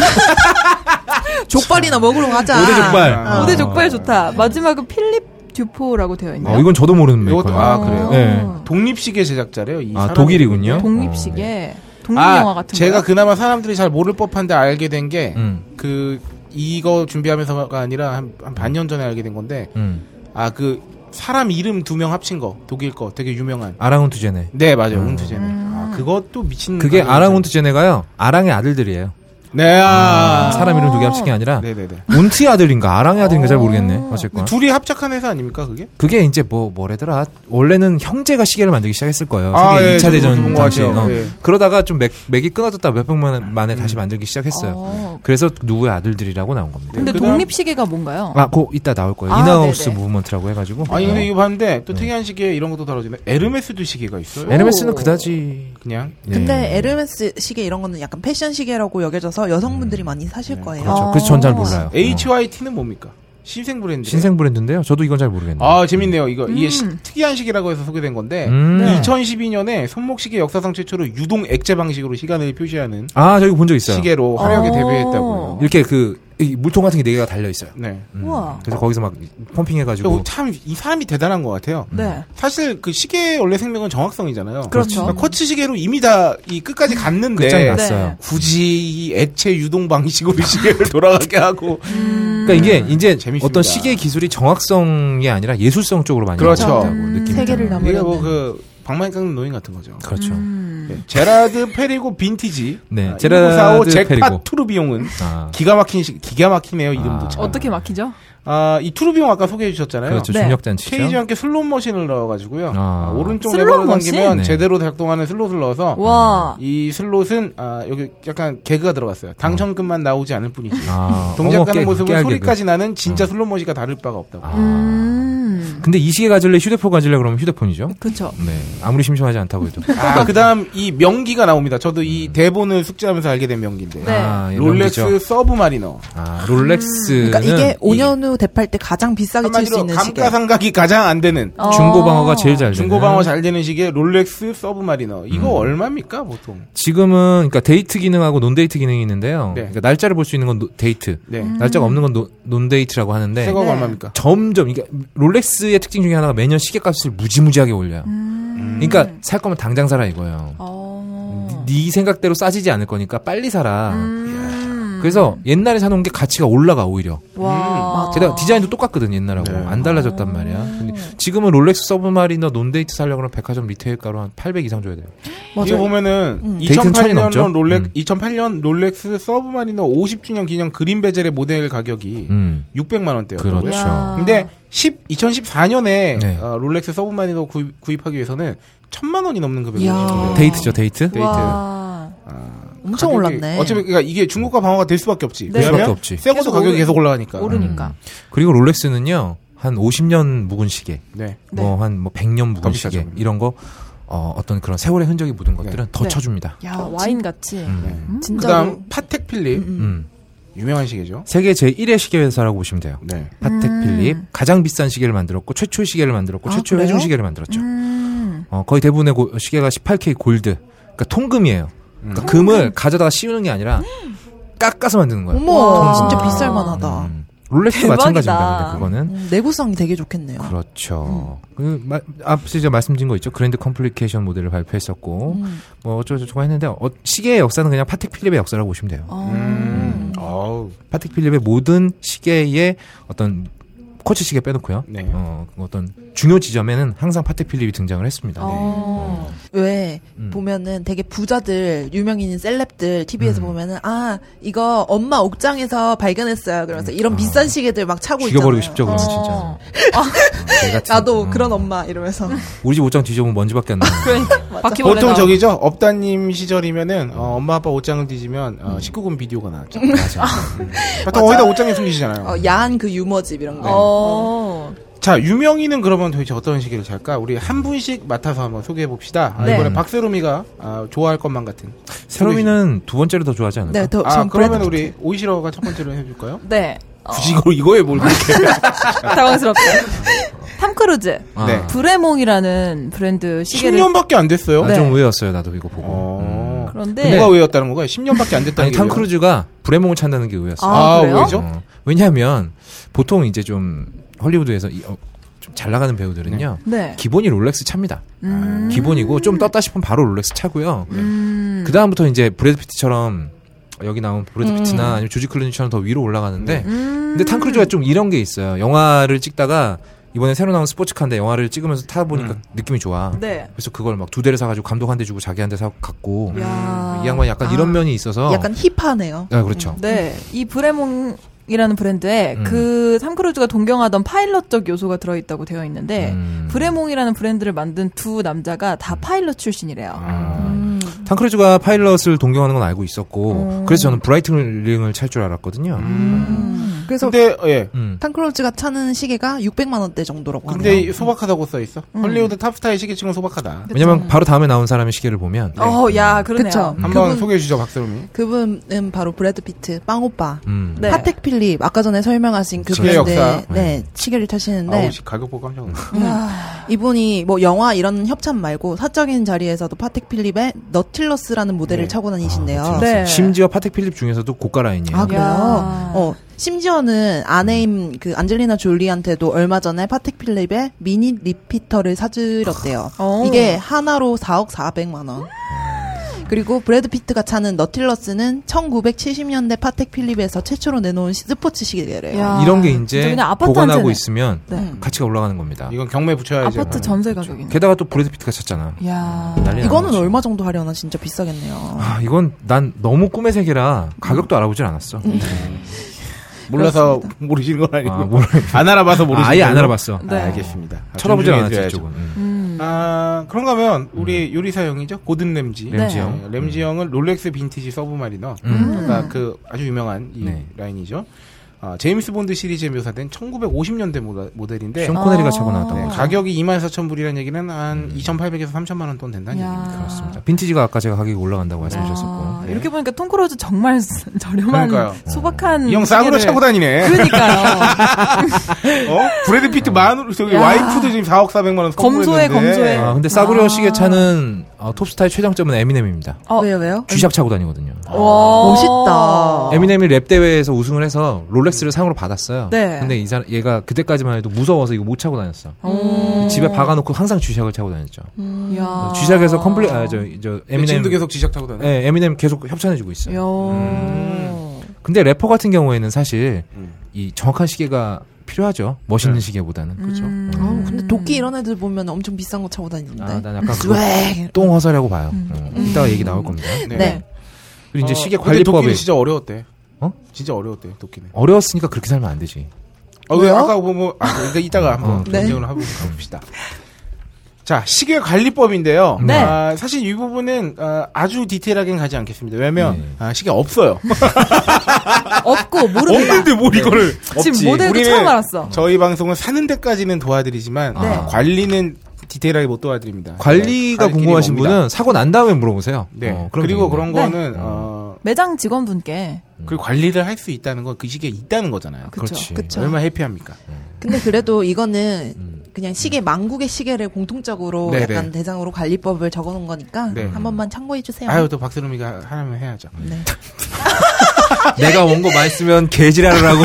족발이나 먹으러 가자. 오대 족발. 아. 어. 5대 족발 좋다. 마지막은 필립 듀포라고 되어 있네요. 어, 이건 저도 모르는 이것도 메이커예요. 아 그래요. 네. 독립시계 제작자래요. 이 아, 사람이. 독일이군요. 어, 네. 독립시계. 독립 어? 아, 영화 같은 제가 거. 그나마 사람들이 잘 모를 법한데 알게 된 게 그 음. 이거 준비하면서가 아니라 한, 한 반년 전에 알게 된 건데 음. 아 그 사람 이름 두 명 합친 거 독일 거 되게 유명한 아랑운트 제네. 네 맞아요 운트제네 아, 그것도 미친 음. 그게 거예요. 아랑운트 제네가요. 아랑의 아들들이에요. 네 음. 아. 사람 이름 두 개 합친 게 아니라 네네네 운트의 아들인가 아랑의 아들인가 잘 모르겠네. 어쨌건 둘이 합작한 회사 아닙니까 그게 그게 이제 뭐 뭐래더라. 원래는 형제가 시계를 만들기 시작했을 거예요. 아, 세계 예, 2차 저도 대전 본것 당시. 같아요. 어. 예. 음. 그러다가 좀 맥, 맥이 끊어졌다 몇백 년 만에 다시 만들기 시작했어요. 아. 어. 그래서 누구의 아들들이라고 나온 겁니다. 근데 네. 그 다음- 독립시계가 뭔가요? 아, 그 이따 나올 거예요. 아, 인하우스 네네. 무브먼트라고 해가지고. 아니 근데 어. 이거 봤는데 또 특이한 시계 이런 것도 다뤄지네 에르메스도 시계가 있어요 에르메스는 그다지 그냥 예. 네. 근데 에르메스 시계 이런 거는 약간 패션 시계라고 여겨져서 여성분들이 많이 사실 거예요. 그렇죠. 아. 그래서 전 잘 몰라요. 어. HYT는 뭡니까 신생 브랜드 신생 브랜드인데요. 저도 이건 잘 모르겠네요. 아 재밌네요 이거 이게 음. 시- 특이한 시계라고 해서 소개된 건데 음. 네. 2012년에 손목시계 역사상 최초로 유동 액체 방식으로 시간을 표시하는 아, 저 이거 본 적 있어요. 시계로 화려하게 어. 데뷔했다고요. 이렇게 그 이 물통 같은 게 네 개가 달려 있어요. 네. 음. 우와. 그래서 거기서 막 펌핑해가지고 참 이 사람이 대단한 것 같아요. 네. 사실 그 시계의 원래 생명은 정확성이잖아요. 그렇죠. 그러니까 쿼츠 시계로 이미 다 이 끝까지 갔는데 극장이 그 났어요. 네. 굳이 이 액체 유동 방식으로 시계를 돌아가게 하고 그러니까 이게 이제 음. 재밌습니다. 어떤 시계 기술이 정확성이 아니라 예술성 쪽으로 많이 그렇죠. 나온다고 음, 느낌이 세계를 들어요. 나무- 이게 뭐 그 방망이 깎는 노인 같은 거죠. 그렇죠. 음. 네. 제라드 페리고 빈티지. 네, 아, 제라드 1945 잭팟 페리고. 투르비용은 아, 기가 막힌 시, 기가 막히네요 이름도 아. 참. 어떻게 막히죠? 아, 이 투르비용 아까 소개해 주셨잖아요. 그렇죠. 네. 중력 잔치죠. 케이지와 함께 슬롯 머신을 넣어가지고요. 아. 아, 오른쪽 슬롯 레버를 머신? 당기면 네. 제대로 작동하는 슬롯을 넣어서 와. 이 슬롯은 아, 여기 약간 개그가 들어갔어요. 당첨금만 나오지 않을 뿐이지. 아, 어머, 동작하는 깨- 어. 아, 모습은 깨알 개그. 소리까지 나는 진짜 슬롯 머신과 다를 바가 없다고. 아, 음. 근데 이 시계 가질래 휴대폰 가질래 그러면 휴대폰이죠. 그렇죠. 네. 아무리 심심하지 않다고 해도. 아, 그 다음 이 명기가 나옵니다. 저도 이 대본을 숙지하면서 알게 된 명기인데. 네. 아, 예, 롤렉스 명기죠. 서브마리너. 아, 롤렉스는 그러니까 이게 5년 후 대팔 때 가장 아, 비싸게 칠 수 한마디로 있는 시계. 감가상각이 가장 안 되는. 어. 중고 방어가 제일 잘 되는. 음. 중고 방어 잘 되는 시계 롤렉스 서브마리너. 이거 얼마입니까, 보통? 지금은 그러니까 데이트 기능하고 논 데이트 기능이 있는데요. 네. 그러니까 날짜를 볼 수 있는 건 노- 데이트, 네. 음. 날짜가 없는 건 논- 논 데이트라고 하는데 새거가 네. 얼마입니까? 점점 이게 롤렉스의 특징 중에 하나가 매년 시계값을 무지무지하게 올려요. 음. 음. 그러니까 살 거면 당장 사라 이거예요. 어. 네 생각대로 싸지지 않을 거니까 빨리 아, 사라. 음. 예. 그래서 옛날에 사놓은 게 가치가 올라가 오히려. 음. 와. 아, 게다가 디자인도 똑같거든 옛날하고 네. 안 달라졌단 말이야. 음. 근데 지금은 롤렉스 서브마리너 논데이트 살려고 하면 백화점 리테일가로 한 800 이상 줘야 돼요. 이거 보면은 데이트는 천이 넘죠? 2008년 롤렉 음. 2008년 롤렉스 서브마리너 50주년 기념 그린 베젤의 모델 가격이 음, 600만 원대였고요. 그렇죠. 야. 근데 10, 2014년에 어, 네. 롤렉스 서브마리너 구입, 구입하기 위해서는 천만 원이 넘는 금액이 이야. 데이트죠 데이트. 데이트. 와. 엄청 올랐네. 어차피 그러니까 이게 중고가 방어가 될 수밖에 없지. 네. 수밖에 왜냐면 없지. 새 것도 계속 가격이 오르- 계속 올라가니까. 오르니까. 음. 그리고 롤렉스는요 한 50년 묵은 시계. 네. 네. 뭐 한 뭐 100년 묵은 깜찍하죠. 시계 이런 거 어, 어떤 그런 세월의 흔적이 묻은 것들은 더 네. 쳐줍니다. 야, 와인 같이. 음. 진짜로. 그다음 파텍 필립 음. 유명한 시계죠. 세계 제 1의 시계 회사라고 보시면 돼요. 네. 파텍 필립 가장 비싼 시계를 만들었고 최초의 시계를 만들었고 아, 최초 의 그래요? 회중 시계를 만들었죠. 음. 어, 거의 대부분의 고- 시계가 18K 골드, 그러니까 통금이에요. 그러니까 금을 가져다가 씌우는 게 아니라 깎아서 만드는 거예요. 어머, 와. 진짜 음. 비쌀 만하다. 음. 롤렉스 대박이다. 마찬가지입니다. 근데 그거는 음, 내구성이 되게 좋겠네요. 그렇죠. 그 마- 앞서 제가 말씀드린 거 있죠. 그랜드 컴플리케이션 모델을 발표했었고 음. 뭐 어쩌고저쩌고 했는데 어, 시계의 역사는 그냥 파텍 필립의 역사라고 보시면 돼요. 어. 음. 어우. 파텍 필립의 모든 시계의 어떤 코치 시계 빼놓고요. 네. 어, 그 어떤 중요 지점에는 항상 파텍 필립이 등장을 했습니다. 어. 왜 음. 보면은 되게 부자들 유명인 셀럽들 TV에서 음. 보면은 아 이거 엄마 옥장에서 발견했어요 그러면서 아. 이런 비싼 시계들 막 차고 네. 죽여버리고 있잖아요. 싶죠, 그러면 진짜. 어. 어, 개 같은. 나도 어. 음. 그런 엄마 이러면서 우리 집 옷장 뒤져보면 먼지밖에 안 나. 네. 바퀴벌레 보통 나오고. 저기죠. 업다님 시절이면은 어, 엄마 아빠 옷장을 뒤지면 음. 어, 19금 비디오가 나왔죠. 맞아. 보통 거기다 옷장에 숨기시잖아요. 어, 야한 그 유머집 이런 거. 어. 자 유명인은 그러면 도대체 어떤 시계를 잘까? 우리 한 분씩 맡아서 한번 소개해 봅시다. 네. 이번에 박세롬이가 아, 좋아할 것만 같은. 세롬이는 두 번째로 더 좋아하지 않을까? 네, 더, 아 전 그러면 브래드 우리 오이시러가 첫 번째로 해줄까요? 네. 어, 굳이 이거 이거에 뭘 그렇게? 당황스럽다. 탐 크루즈. 아, 네. 브레몽이라는 브랜드 시계를 10년밖에 안 됐어요. 아, 네. 좀 의외였어요, 나도 이거 보고. 어. 그런데 누가 왜였다는 거가요 10년밖에 안 됐다는 아니, 게. 탐 왜요? 크루즈가 브레몽을 찬다는 게 의외였어요. 아, 아, 그래요? 왜죠? 어, 왜냐하면 보통 이제 좀 헐리우드에서 이, 어, 좀잘 나가는 배우들은요. 네. 기본이 롤렉스 찹니다. 음. 기본이고 좀 떴다 싶으면 바로 롤렉스 차고요. 음. 그 다음부터 이제 브래드 피트처럼 여기 나온 브래드 피트나 아니면 조지 클루니처럼 더 위로 올라가는데 음. 근데 탕크루즈가 좀 이런 게 있어요. 영화를 찍다가 이번에 새로 나온 스포츠카인데 영화를 찍으면서 타 보니까 음. 느낌이 좋아. 네. 그래서 그걸 막 두 대를 사가지고 감독한테 주고 자기한테 사 갖고 야. 아. 이 양반 이 약간 이런 면이 있어서 약간 힙하네요. 아, 그렇죠. 네. 이 브레몽 이라는 브랜드에 음. 그 탐크루즈가 동경하던 파일럿적 요소가 들어있다고 되어 있는데 음. 브레몽이라는 브랜드를 만든 두 남자가 다 파일럿 출신이래요. 아. 음. 음. 탕크루즈가 파일럿을 동경하는 건 알고 있었고 그래서 저는 브라이팅링을 찰 줄 알았거든요. 그래서 근데 예. 음. 탕크로즈가 차는 시계가 600만 원대 정도라고 아, 하네요. 근데 소박하다고 써 있어. 헐리우드 탑스타의 시계층은 소박하다. 왜냐면 바로 다음에 나온 사람의 시계를 보면 어, 야, 그러네요. 그쵸. 한번 그분- 소개해 주죠, 박세롬이. 그분은 바로 브래드 피트, 빵 오빠, 음. 네. 파텍 필립. 아까 전에 설명하신 그 시계 브랜드, 역사. 네 시계를 아우 타시는데 씨, 가격 보고 깜짝 놀랐어. 이분이 뭐 영화 이런 협찬 말고 사적인 자리에서도 파텍 필립의 너틸러스라는 모델을 네. 차고 다니신대요. 아, 네. 심지어 파텍 필립 중에서도 고가 라인이에요. 아 그래요? 야. 어 심지어는 아내임 그 안젤리나 졸리한테도 얼마 전에 파텍 필립의 미니 리피터를 사주렸대요. 어. 이게 하나로 4억 4백만 원. 그리고 브래드 피트가 차는 너틸러스는 1970년대 파텍 필립에서 최초로 내놓은 시- 스포츠 시계래요. 야. 이런 게 진짜 이제 그냥 아파트 한 보관하고 채네. 있으면 네. 가치가 올라가는 겁니다. 이건 경매 붙여야지. 아파트 전세 가격이네. 게다가 또 브래드 피트가 찼잖아. 야. 난리 이거는 나는 거지. 얼마 정도 하려나 진짜 비싸겠네요. 아, 이건 난 너무 꿈의 세계라 가격도 알아보질 않았어. 몰라서 모르시는 건 아니고. 아, 모르- 안 알아봐서 아, 모르시는 아예 안 걸로? 알아봤어. 네. 아, 알겠습니다. 아, 쳐다보질 존중해 않았지, 줘야죠. 이쪽은. 음. 음. 아, 그런가 하면 우리 요리사 형이죠. 고든 램지. 램지 네. 형. 램지 형은 롤렉스 빈티지 서브마리너. 음. 그러니까 그 아주 유명한 이 네. 라인이죠. 아, 제임스 본드 시리즈에 묘사된 1950년대 모델, 모델인데 션 코네리가 아. 최고 나왔던 네, 거죠. 가격이 24,000불이라는 얘기는 한 2,800에서 3,000만 원 돈 된다는 음. 야. 얘기입니다. 그렇습니다. 빈티지가 아까 제가 가격이 올라간다고 말씀드렸었고. 네. 아, 이렇게 보니까 톰 크루즈 정말 저렴한 그러니까요. 소박한 이 형 싸구려 시계를- 차고 다니네. 그러니까요. 어? 브래드 피트 만 저기 음. 야. 와이프도 지금 4억 400만 원 네. 검소해, 검소해. 아, 근데 싸구려 아. 시계차는 어, 톱스타의 최장점은 에미넴입니다. 어. 왜요, 왜요? 쥐샥 차고 다니거든요. 아. 와. 음. 멋있다. 에미넴이 랩 대회에서 우승을 해서 롤렉스를 상으로 받았어요. 네. 근데 이 사람 얘가 그때까지만 해도 무서워서 이거 못 차고 다녔어. 음. 아. 집에 박아놓고 항상 쥐샥을 차고 다녔죠. 야. 쥐샥에서 컴플리 아저저 에미넴 지금도 그 계속 지적 차고 다니네. 예, 에미넴 계속 협찬해주고 있어요. 음. 야. 음. 근데 래퍼 같은 경우에는 사실 음. 이 정확한 시계가 필요하죠. 멋있는 네. 시계보다는 그렇죠. 그죠. 음. 아우, 근데 도끼 이런 애들 보면 엄청 비싼 거 차고 다니는데. 네. 아, 난 약간 그거 스웩! 똥 허설이라고 봐요. 음. 어, 이따가 얘기 나올 겁니다. 네. 네. 그리고 이제 어, 시계 근데 도끼는 관리법이 진짜 어려웠대. 어? 진짜 어려웠대 도끼는. 어려웠으니까 그렇게 살면 안 되지. 아, 왜 아까 보면 아, 이따- 이따가 한번 어. 네. 논쟁을 하고 가봅시다. 자 시계 관리법인데요. 네. 아, 사실 이 부분은 아, 아주 디테일하게는 가지 않겠습니다. 왜냐면 네. 아, 시계 없어요. 없고 모릅니다. 네. 없는데 뭐- 뭐 뭘 이거를 지금 모델도 처음 알았어. 저희 방송은 사는 데까지는 도와드리지만 네. 아, 관리는 디테일하게 못 도와드립니다. 관리가 네, 궁금하신 옵니다. 분은 사고 난 다음에 물어보세요. 네. 어, 그럼 그리고 됩니다. 그런 거는 네. 어, 매장 직원분께 그 관리를 할 수 있다는 건 그 시기에 있다는 거잖아요. 그렇지. 그쵸. 얼마나 해피합니까? 근데 그래도 이거는 음. 그냥 시계 망국의 시계를 공통적으로 네, 약간 네. 대상으로 관리법을 적어놓은 거니까 네. 한 번만 참고해 주세요. 아유 또 박세롬이가 하라면 해야죠. 내가 원고 맛있으면 개지랄하라고.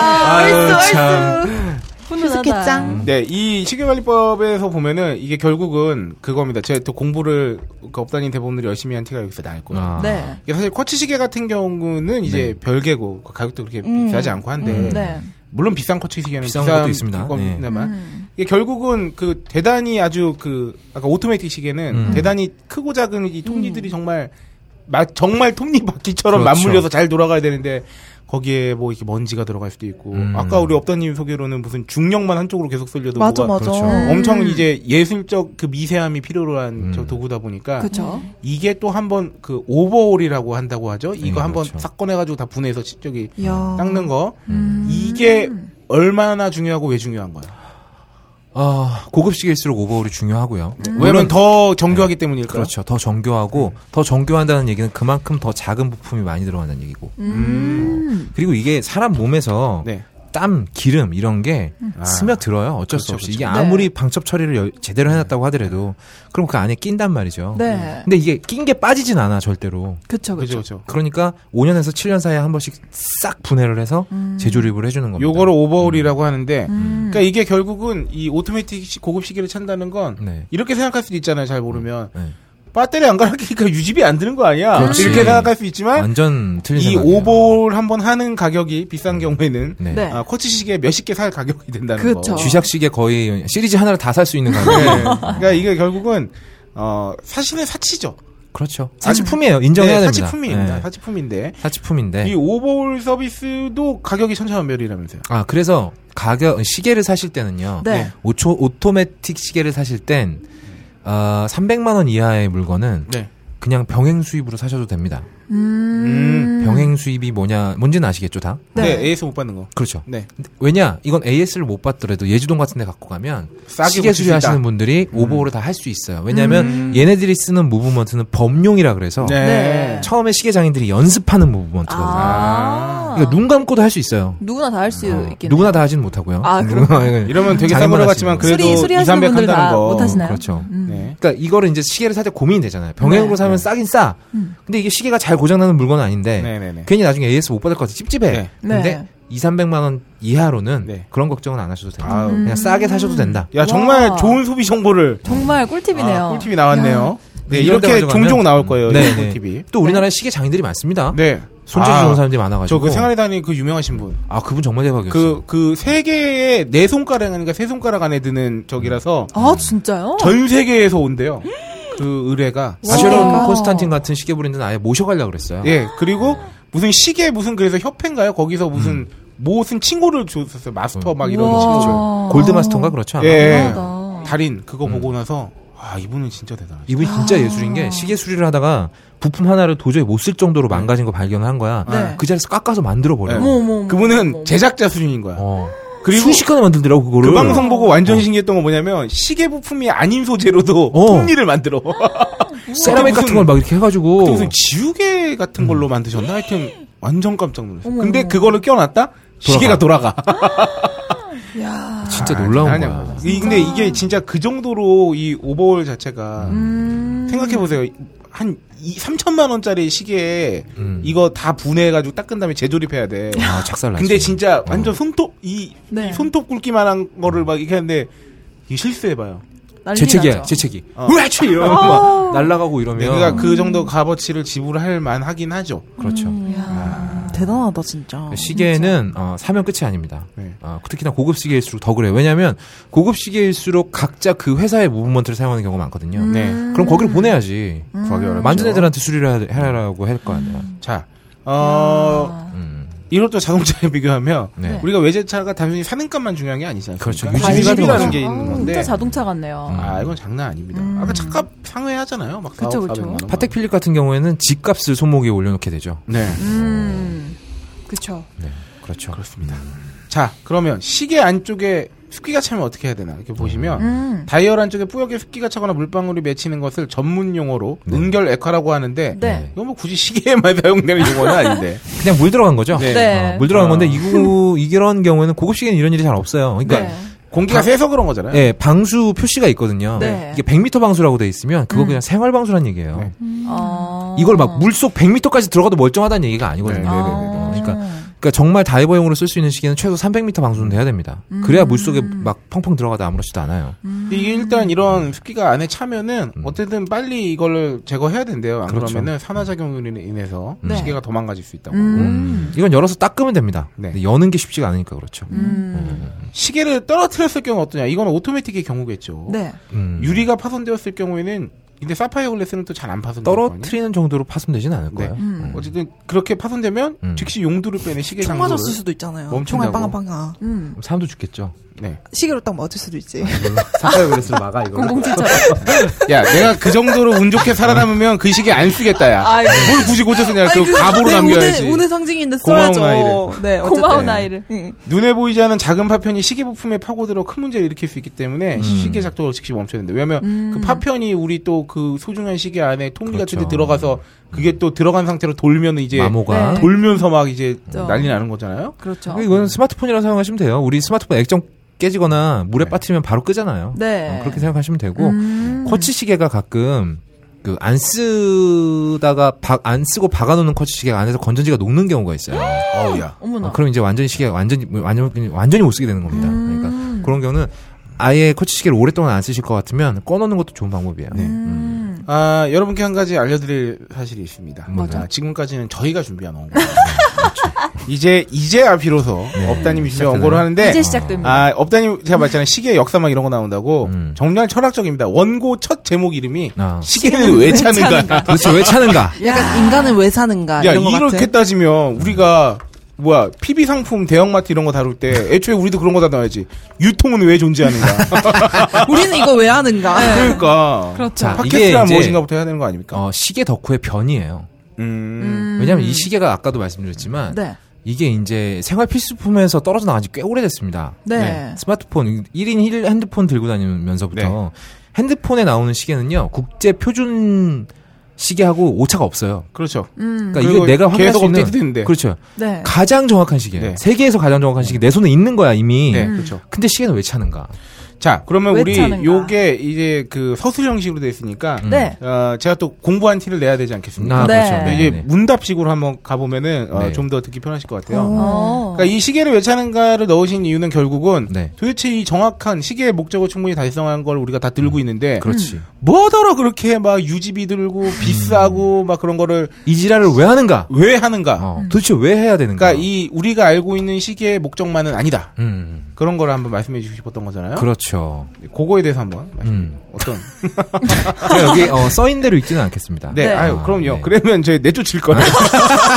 아유, 참. 휴스케 짱. 네, 이 시계관리법에서 보면은 이게 결국은 그겁니다. 제가 또 공부를 그 업다닌 대부분들이 열심히 한 티가 여기서 날 거예요. 아. 네. 네. 이게 사실 쿼츠 시계 같은 경우는 이제 별개고 가격도 그렇게 비싸지 않고 한데 음, 네. 물론 비싼 쿼츠 시계는 비싼 비싼 것도 있습니다. 겁니다만 음. 이게 결국은 그 대단히 아주 그 아까 오토매틱 시계는 음. 대단히 크고 작은 이 톱니들이 정말 마- 정말 톱니바퀴처럼 그렇죠. 맞물려서 잘 돌아가야 되는데 거기에 뭐 이렇게 먼지가 들어갈 수도 있고 음. 아까 우리 업다님 소개로는 무슨 중력만 한쪽으로 계속 쏠려도 맞아, 뭐가 맞아. 그렇죠. 음. 엄청 이제 예술적 그 미세함이 필요로 한 저 음. 도구다 보니까 그쵸. 이게 또 한번 그 오버홀이라고 한다고 하죠. 이거 네, 한번 그렇죠. 싹 꺼내가지고 다 분해서 시- 저기 야. 닦는 거 음. 이게 얼마나 중요하고 왜 중요한 거야? 아, 고급 시계일수록 오버홀이 중요하고요. 음. 왜냐면 더 정교하기 때문일까요? 그렇죠. 더 정교하고 네. 더 정교한다는 얘기는 그만큼 더 작은 부품이 많이 들어간다는 얘기고. 음. 그리고 이게 사람 몸에서 네. 땀, 기름 이런 게 아. 스며들어요. 어쩔 수 그렇죠, 그렇죠. 없이 네. 이게 네. 아무리 방첩 처리를 여- 제대로 해놨다고 하더라도 그럼 그 안에 낀단 말이죠. 네. 근데 이게 낀 게 빠지진 않아 절대로. 그쵸, 그죠, 그쵸. 그죠. 그러니까 5년에서 7년 사이에 한 번씩 싹 분해를 해서 재조립을 해주는 겁니다. 요거를 오버홀이라고 하는데, 음. 그러니까 이게 결국은 이 오토매틱 시- 고급 시계를 찬다는 건 네. 이렇게 생각할 수도 있잖아요. 잘 모르면 네. 배터리 안 갈아끼니까 유지비 안 드는 거 아니야? 그렇지. 이렇게 생각할 수 있지만 완전 틀린 이 생각이에요. 오버홀 한번 하는 가격이 비싼 경우에는 네. 네. 아, 쿼츠 시계 몇십 개 살 가격이 된다는 그렇죠. 거. 쥐샥 시계 거의 시리즈 하나를 다 살 수 있는 네. 가격. 그러니까 이게 결국은 어, 사실은 사치죠. 그렇죠. 사치품이에요. 인정해야 네, 됩니다. 사치품입니다. 네. 사치품인데 사치품인데. 이 오버홀 서비스도 가격이 천차만별이라면서요. 아 그래서 가격 시계를 사실 때는요. 네. 오초 오토매틱 시계를 사실 땐 아, 300만 원 이하의 물건은 네. 그냥 병행 수입으로 사셔도 됩니다. 음. 병행 수입이 뭐냐 뭔지는 아시겠죠 다. 네. 네. AS 못 받는 거. 그렇죠. 네. 왜냐 이건 AS를 못 받더라도 예주동 같은데 갖고 가면 싸게 시계 붙일 수 있다. 음. 수리하시는 분들이 오버홀을 다 할 수 있어요. 왜냐하면 얘네들이 쓰는 무브먼트는 범용이라 그래서 네. 처음에 시계 장인들이 연습하는 무브먼트거든요. 아. 그러니까 눈 감고도 할 수 있어요. 누구나 다 할 수 어, 있겠네. 누구나 다 하진 못하고요. 아, 그럼. 이러면 되게 자기만 싸구려 하시는 같지만 거죠. 그래도 수리, 수리하시는 2, 300 분들 한다는 다 거. 못하시나요? 그렇죠. 음. 네. 그러니까 이거를 이제 시계를 살 때 고민이 되잖아요. 병행으로 네. 음. 사면 싸긴 싸. 근데 이게 시계가 잘 고장나는 물건은 아닌데 네네네. 괜히 나중에 AS 못 받을 것 같아 찝찝해. 네. 근데 네. 2, 300만 원 이하로는 네. 그런 걱정은 안 하셔도 돼요. 아유. 그냥 싸게 음. 사셔도 된다. 야 정말 와. 좋은 소비 정보를 정말 꿀팁이네요. 아, 꿀팁이 나왔네요. 네, 이런 데 이렇게 가져가면- 종종 나올 거예요. 네, 이 네. 꿀팁이. 또 우리나라에 시계 장인들이 많습니다. 네. 손재주 아, 좋은 사람들이 많아가지고. 저그 생활의 단위 그 유명하신 분. 아 그분 정말 대박이었어요. 그렇죠. 그 그 세 개의 네 손가락 아닌가 세 손가락 안에 드는 저기라서 아, 진짜요? 전 세계에서 온대요. 그 의뢰가. 바쉐론 와. 콘스탄틴 같은 시계 브랜드는 아예 모셔가려고 그랬어요. 예. 그리고 무슨 시계 무슨 그래서 협회인가요? 거기서 무슨 무슨 친구를 줬었어요. 마스터 막 이런 음. 우와. 친구. 골드마스터인가 그렇죠. 아마? 예. 대단하다. 음. 달인 그거 보고 나서 아 이분은 진짜 대단하시다. 이분이 아. 진짜 예술인 게 시계 수리를 하다가 부품 하나를 도저히 못 쓸 정도로 망가진 거 발견을 한 거야. 네. 그 자리에서 깎아서 만들어 버려. 네. 어머, 어머, 어머, 어머. 그분은 제작자 수준인 거야. 어. 그리고 순식간에 만들더라고 그거를. 그 방송 보고 어. 완전 신기했던 건 뭐냐면 시계 부품이 아닌 소재로도 어. 통리를 만들어. 그 세라믹 같은 걸 막 이렇게 해가지고. 그때 무슨 지우개 같은 걸로 음. 만드셨나? 하여튼 완전 깜짝 놀랐어. 요 어머, 근데 어머. 그거를 껴놨다? 시계가 돌아가. 야. 진짜 놀라운 아니야. 거야. 이- 근데 이게 진짜 그 정도로 이 오버월 자체가 음. 생각해보세요. 한 이, 3천만 원짜리 시계에 음. 이거 다 분해해가지고 닦은 다음에 재조립해야 돼. 아 작살 났지. 근데 진짜 완전 손톱 이 네. 손톱 굵기만 한 거를 막 이렇게 하는데 이 실수해봐요. 난리 재채기야 나죠. 어. 재채기. 어. 으아치! 이러면 막 날라가고 네, 이러면. 그러니까 그 정도 값어치를 지불할 만하긴 하죠. 그렇죠. 아. 그러니까 대단하다 진짜. 시계는 어, 사면 끝이 아닙니다. 네. 어, 특히나 고급 시계일수록 더 그래요. 왜냐하면 고급 시계일수록 각자 그 회사의 무브먼트를 사용하는 경우가 많거든요. 네. 그럼 거기를 보내야지. 구하기 어렵죠. 음. 만든 애들한테 수리를 해야- 하라고 할 거 아니야. 자, 어, 음. 이것도 자동차에 비교하면 네. 우리가 외제차가 단순히 사는 값만 중요한 게 아니잖아요. 그렇죠. 유지비가 유지비라는 들어가죠. 게 있는 아, 건데. 진짜 자동차 같네요. 아, 이건 장난 아닙니다. 아까 차값 상회하잖아요. 막 그쵸, 4, 그쵸. 400만 원. 파텍 필립 같은 경우에는 집값을 손목에 올려놓게 되죠. 네. 음. 그쵸. 네, 그렇죠. 그렇습니다. 자, 그러면 시계 안쪽에 습기가 차면 어떻게 해야 되나 이렇게 보시면 음. 다이얼 안쪽에 뿌옇게 습기가 차거나 물방울이 맺히는 것을 전문 용어로 은결 액화라고 하는데 네. 이건 뭐 굳이 시계에만 사용되는 용어는 아닌데. 그냥 물 들어간 거죠. 네. 네. 어, 물 들어간 아. 건데 이구 이런 경우에는 고급 시계는 이런 일이 잘 없어요. 그러니까 네. 공기가 세서 그런 거잖아요. 예, 방수 표시가 있거든요. 네. 이게 100m 방수라고 돼 있으면 그거 그냥 생활 방수란 얘기예요. 네. 아. 이걸 막 물속 100m까지 들어가도 멀쩡하다는 얘기가 아니거든요. 네, 네, 네, 네. 어, 그러니까 아. 그러니까 정말 다이버용으로 쓸 수 있는 시계는 최소 300m 방수는 돼야 됩니다. 그래야 물속에 막 펑펑 들어가다 아무렇지도 않아요. 이게 일단 이런 습기가 안에 차면은 어쨌든 빨리 이걸 제거해야 된대요. 안 음. 그렇죠. 그러면은 산화작용으로 인해서 네. 시계가 더 망가질 수 있다고. 음, 이건 열어서 닦으면 됩니다. 네. 근데 여는 게 쉽지가 않으니까 그렇죠. 음. 시계를 떨어뜨렸을 경우 어떠냐? 이건 오토매틱의 경우겠죠. 네. 음, 유리가 파손되었을 경우에는 근데 사파이어 글래스는 또 잘 안 파손돼요. 떨어뜨리는 정도로 파손되진 않을 네. 거예요. 음. 어쨌든 그렇게 파손되면 음. 즉시 용두를 빼는 시계 총 장소를 맞았을 수도 있잖아요. 멈춘다고. 총알 빵빵빵. 음. 사람도 죽겠죠. 네. 시계로 딱 맞을 수도 있지. 사파이어 그래서 막아 이거. 공공칠처럼. 야, 내가 그 정도로 운 좋게 살아남으면 그 시계 안 쓰겠다 야. 아이고. 뭘 굳이 고쳤느냐? 아니, 그 그 가보로 오늘- 남겨야지. 오늘, 오늘 상징인데 고마운 써야죠. 아이를. 네, 어쨌든. 고마운 아이를. 응. 눈에 보이지 않은 작은 파편이 시계 부품에 파고들어 큰 문제를 일으킬 수 있기 때문에 음. 시계 작동을 즉시 멈춰야 된다. 왜냐하면 음. 그 파편이 우리 또 그 소중한 시계 안에 통리 같은 데 그렇죠. 들어가서 그게 또 들어간 상태로 돌면 이제 마모가. 네. 돌면서 막 이제 그렇죠. 난리 나는 거잖아요. 그렇죠. 이건 스마트폰이라 사용하시면 돼요. 우리 스마트폰 액정 깨지거나 물에 빠뜨리면 바로 끄잖아요. 네. 어, 그렇게 생각하시면 되고 음. 커치 시계가 가끔 그 안 쓰다가 박- 안 쓰고 박아놓는 커치 시계가 안에서 건전지가 녹는 경우가 있어요. 어우야. 어머나. 어, 그럼 이제 완전히 시계가 완전히 완전히 완전히 못 쓰게 되는 겁니다. 음. 그러니까 그런 경우는 아예 커치 시계를 오랫동안 안 쓰실 것 같으면 꺼놓는 것도 좋은 방법이에요. 음. 아 여러분께 한 가지 알려드릴 사실이 있습니다. 맞아. 아, 지금까지는 저희가 준비한 원고. 이제 이제야 비로소 네. 업다님이 준비한 원고를 하는데 이제 시작됩니다. 아, 업다님 제가 말했잖아요. 시계의 역사막 이런 거 나온다고. 음. 정말 철학적입니다. 원고 첫 제목 이름이 아. 시계는 왜 차는가. 그러니까 도대체 왜 차는가? 약간 인간은 왜 사는가 야, 이런 거 이렇게 같아. 따지면 우리가 뭐야, PB 상품 대형마트 이런 거 다룰 때 애초에 우리도 그런 거 다뤄야지. 유통은 왜 존재하는가. 우리는 이거 왜 하는가? 그러니까. 그렇죠. 자, 이게 팟캐스트란 이제 무엇인가부터 해야 되는 거 아닙니까? 어, 시계 덕후의 변이에요. 음. 왜냐하면 이 시계가 아까도 말씀드렸지만 네. 이게 이제 생활 필수품에서 떨어져 나간 지 꽤 오래됐습니다. 네. 네. 스마트폰 1인 1 핸드폰 들고 다니면서부터 핸드폰에 나오는 시계는요 국제 표준 시계하고 오차가 없어요. 그렇죠. 그러니까 그리고 이게 내가 확인할 계속 수 있는 업데이트 되는데. 그렇죠. 음. 네. 가장 정확한 시계 네. 세계에서 가장 정확한 시계 내 손에 있는 거야 이미. 음. 네, 그렇죠. 근데 시계는 왜 차는가? 자, 그러면 왜 우리 차는가? 요게 이제 그 서술 형식으로 돼 있으니까. 네. 어, 제가 또 공부한 티를 내야 되지 않겠습니까? 음. 아, 네. 그렇죠. 근데 이게 문답식으로 한번 가보면은 어, 네. 좀 더 듣기 편하실 것 같아요. 어. 그러니까 이 시계를 왜 차는가를 넣으신 이유는 결국은 네. 도대체 이 정확한 시계의 목적을 충분히 달성한 걸 우리가 다 들고 있는데 음. 그렇지. 음. 뭐더러 그렇게 막 유지비 들고 비싸고 막 그런 거를 이 지랄을 왜 하는가? 왜 하는가? 음. 어, 도대체 왜 해야 되는가? 그러니까 이 우리가 알고 있는 시계의 목적만은 아니다. 음, 그런 걸 한번 말씀해 주고 싶었던 거잖아요. 그렇죠. 그렇죠. 그거에 대해서 한번 말씀- 음. 어떤 제가 여기 어, 써인 대로 읽지는 않겠습니다. 네, 네. 아유 아, 그럼요. 네. 그러면 저희 내쫓을 거예요.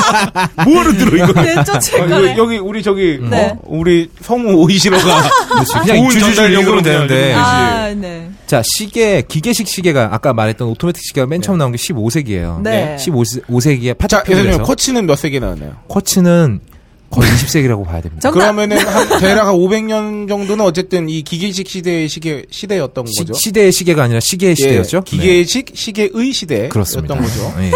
뭐를 들어 이거? 내쫓을 아, 거네. 여기, 여기 우리 저기 네. 어, 우리 성우 오이시로가 음. 그렇지. 그냥 좋은 줄줄줄 전달 읽으면 용도로 되는데. 그냥 아, 네. 자, 시계, 기계식 시계가 아까 말했던 오토매틱 시계가 맨 처음 나온 게 15세기예요. 네. 15세기에 네. 자, 교수님 파자필에서 코치는 몇 세기 나왔나요? 쿼츠는 거의 20세기라고 봐야 됩니다. 정답. 그러면은 한, 대략 한 500년 정도는 어쨌든 이 기계식 시대의 시계 시대였던 시, 거죠. 시대의 시계가 아니라 시계의 시대였죠. 예, 네. 기계식 시계의 시대였던 그렇습니다. 거죠. 예, 예.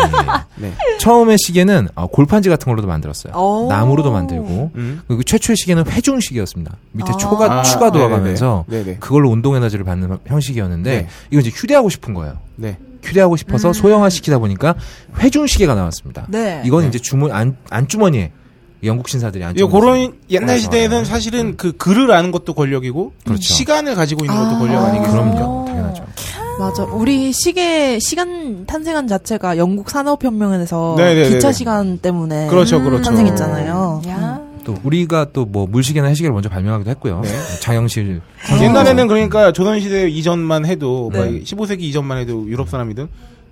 네. 처음에 시계는 어, 골판지 같은 걸로도 만들었어요. 오. 나무로도 만들고 음. 그리고 최초의 시계는 회중 시계였습니다. 밑에 아. 초가 아, 네네네. 추가 돌아가면서 네네. 그걸로 운동 에너지를 받는 형식이었는데 네. 이거 이제 휴대하고 싶은 거예요. 네. 휴대하고 싶어서 소형화시키다 보니까 회중 시계가 나왔습니다. 음. 네. 이건 이제 주문 안 안주머니에 영국 신사들이 안주머니. 요 예, 그런 옛날 시대에는 사실은 그 글을 아는 것도 권력이고 네. 그렇죠. 시간을 가지고 있는 것도 아, 권력 아니겠어요? 그럼요, 당연하죠. 맞아. 우리 시계 시간 탄생한 자체가 영국 산업혁명에서 네네네네. 기차 시간 때문에 그렇죠, 그렇죠. 탄생했잖아요. 음. 야. 또 우리가 또 뭐 물시계나 해시계를 먼저 발명하기도 했고요. 네. 장영실 어. 옛날에는 그러니까 조선시대 이전만 해도 네. 막 15세기 이전만 해도 유럽 사람이든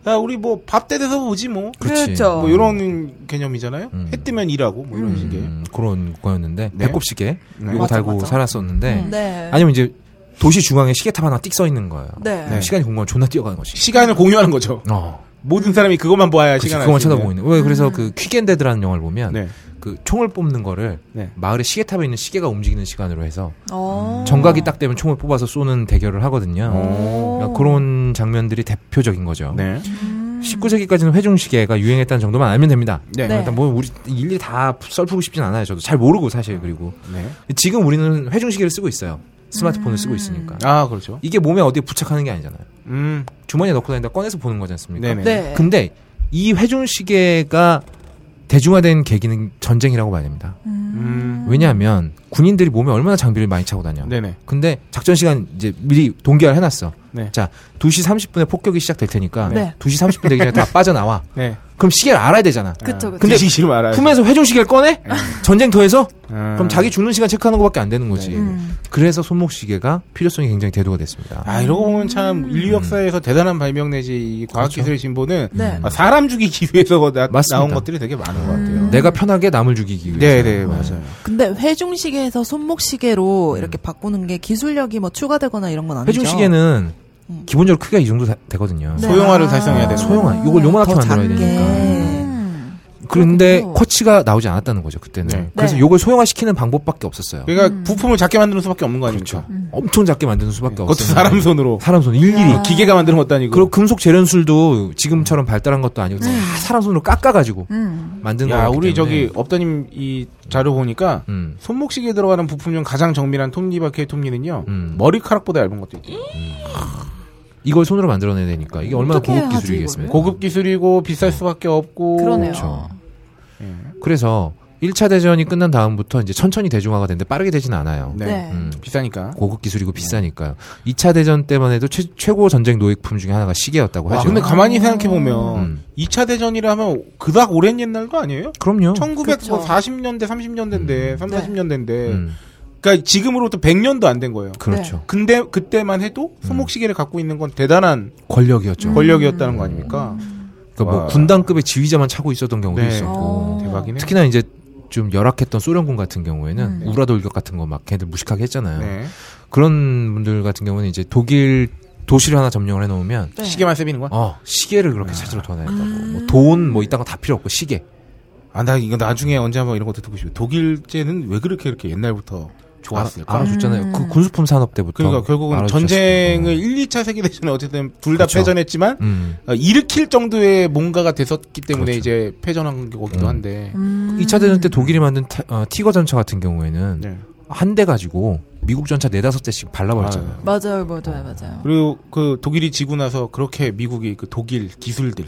야 우리 뭐 밥 때 돼서 보지 뭐. 그렇지. 그렇죠. 뭐 이런 개념이잖아요. 음. 해 뜨면 일하고 뭐 이런 식의. 음, 그런 거였는데 네. 배꼽 시계 네. 요거 맞아, 달고 맞아. 살았었는데 음. 네. 아니면 이제 도시 중앙에 시계탑 하나 띡 써 있는 거예요. 네. 네. 시간이 공간 존나 뛰어가는 것이. 시간을 공유하는 거죠. 어. 모든 사람이 그것만 봐야 그렇죠. 그치, 시간 그것만 쳐다보고 있는. 왜 음. 그래서 그 퀵앤데드라는 영화를 보면 네. 그 총을 뽑는 거를 네. 마을의 시계탑에 있는 시계가 움직이는 시간으로 해서 어. 정각이 딱 되면 총을 뽑아서 쏘는 대결을 하거든요. 오. 그러니까 그런 장면들이 대표적인 거죠. 어. 네. 19세기까지는 회중 시계가 유행했다는 정도만 알면 됩니다. 네. 네. 네. 일단 뭐 우리 일일이 다 썰푸고 싶진 않아요. 저도 잘 모르고 사실 그리고 네. 지금 우리는 회중 시계를 쓰고 있어요. 스마트폰을 쓰고 있으니까. 아, 그렇죠. 이게 몸에 어디에 부착하는 게 아니잖아요. 음. 주머니에 넣고 다니다 꺼내서 보는 거지 않습니까? 네네. 네. 근데 이 회중 시계가 대중화된 계기는 전쟁이라고 봐야 됩니다. 음. 왜냐하면 군인들이 몸에 얼마나 장비를 많이 차고 다녀. 네네. 근데 작전 시간 이제 미리 동기화를 해놨어. 네. 자, 2시 30분에 폭격이 시작될 테니까 네. 2시 30분 되기 전에 다 빠져나와. 네. 그럼 시계를 알아야 되잖아. 그쵸, 그쵸. 근데 지금 알아요. 품에서 회중 시계를 꺼내? 전쟁터에서? 아. 그럼 자기 죽는 시간 체크하는 것밖에 안 되는 거지. 네. 음. 그래서 손목 시계가 필요성이 굉장히 대두가 됐습니다. 아, 이러고 보면 음. 참 인류 역사에서 대단한 발명 내지 이 과학 기술의 진보는 네. 아, 사람 죽이기 위해서 나, 그렇죠. 맞습니다. 나온 것들이 되게 많은 것 같아요. 네. 내가 편하게 남을 죽이기 위해서. 네, 네, 맞아요. 근데 회중 시계에서 손목 시계로 이렇게 바꾸는 게 기술력이 뭐 추가되거나 이런 건 아니죠. 회중 시계는 기본적으로 크기가 이 정도 다- 되거든요. 네. 소형화를 아. 달성해야 되는 소형화. 이걸 요만하게 더 작게. 만들어야 되니까. 음. 그런데 그렇군요. 쿼츠가 나오지 않았다는 거죠, 그때는. 네. 그래서 네. 요걸 소형화시키는 방법밖에 없었어요. 그러니까 부품을 작게 만드는 수밖에 없는 거 아닙니까? 엄청 작게 만드는 수밖에 네. 그것도 그렇죠. 없었어요. 사람 손으로. 사람 손 일일이. 뭐 기계가 만드는 것도 아니고. 네. 그리고 금속 재련술도 지금처럼 발달한 것도 아니고 다 사람 손으로 깎아가지고 네. 음. 만든 거예요. 야, 우리 저기 업다님 이 자료 보니까 음. 손목시계 들어가는 부품 중 가장 정밀한 톱니바퀴의 톱니는요. 음. 머리카락보다 얇은 것도 있대요. 이걸 손으로 만들어내야 되니까 이게 얼마나 어떻게 고급 하지, 기술이겠습니까? 고급 기술이고 비쌀 수밖에 없고. 그러네요. 그렇죠. 예. 그래서 1차 대전이 끝난 다음부터 이제 천천히 대중화가 됐는데 빠르게 되진 않아요. 네. 네. 음. 비싸니까. 고급 기술이고 비싸니까요. 2차 대전 때만 해도 최, 최고 전쟁 노획품 중에 하나가 시계였다고 와, 하죠. 아, 근데 그 가만히 생각해 보면 음. 이 2차 대전이라 하면 그닥 오랜 옛날도 아니에요? 뭐 그럼요. 1940년대, 30년대인데, 3, 네. 40년대인데. 음, 그러니까 지금으로부터 100년도 안 된 거예요. 네. 그렇죠. 근데 그때만 해도 음. 손목시계를 갖고 있는 건 대단한 권력이었죠. 음. 권력이었다는 거 아닙니까? 그러니까 뭐 와. 군단급의 지휘자만 차고 있었던 경우도 네. 있었고 대박이네. 어. 특히나 이제 좀 열악했던 소련군 같은 경우에는 음. 우라돌격 같은 거 막 걔들 무식하게 했잖아요. 네. 그런 분들 같은 경우는 이제 독일 도시를 하나 점령을 해놓으면 네. 시계만 세비는 거야? 어, 시계를 그렇게 찾으러 전화했다고. 뭐 돈, 뭐 이딴 거 다 필요 없고, 시계. 아, 나 이거 나중에 언제 한번 이런 것도 듣고 싶어. 독일제는 왜 그렇게 이렇게 옛날부터 좋았을까? 알아, 줬잖아요 음. 그 군수품 산업때부터. 그러니까 결국은 알아주셨을 전쟁을 거고. 1, 2차 세계 대전에 어쨌든 둘 다 그렇죠. 패전했지만 음. 어, 일으킬 정도의 뭔가가 됐었기 때문에 그렇죠. 이제 패전한 거기도 음. 한데. 음. 2차 대전 때 독일이 만든 타- 어, 티거 전차 같은 경우에는 네. 한 대 가지고 미국 전차 네다섯 대씩 발라버렸잖아요. 맞아요, 맞아요, 맞아요. 그리고 그 독일이 지고 나서 그렇게 미국이 그 독일 기술들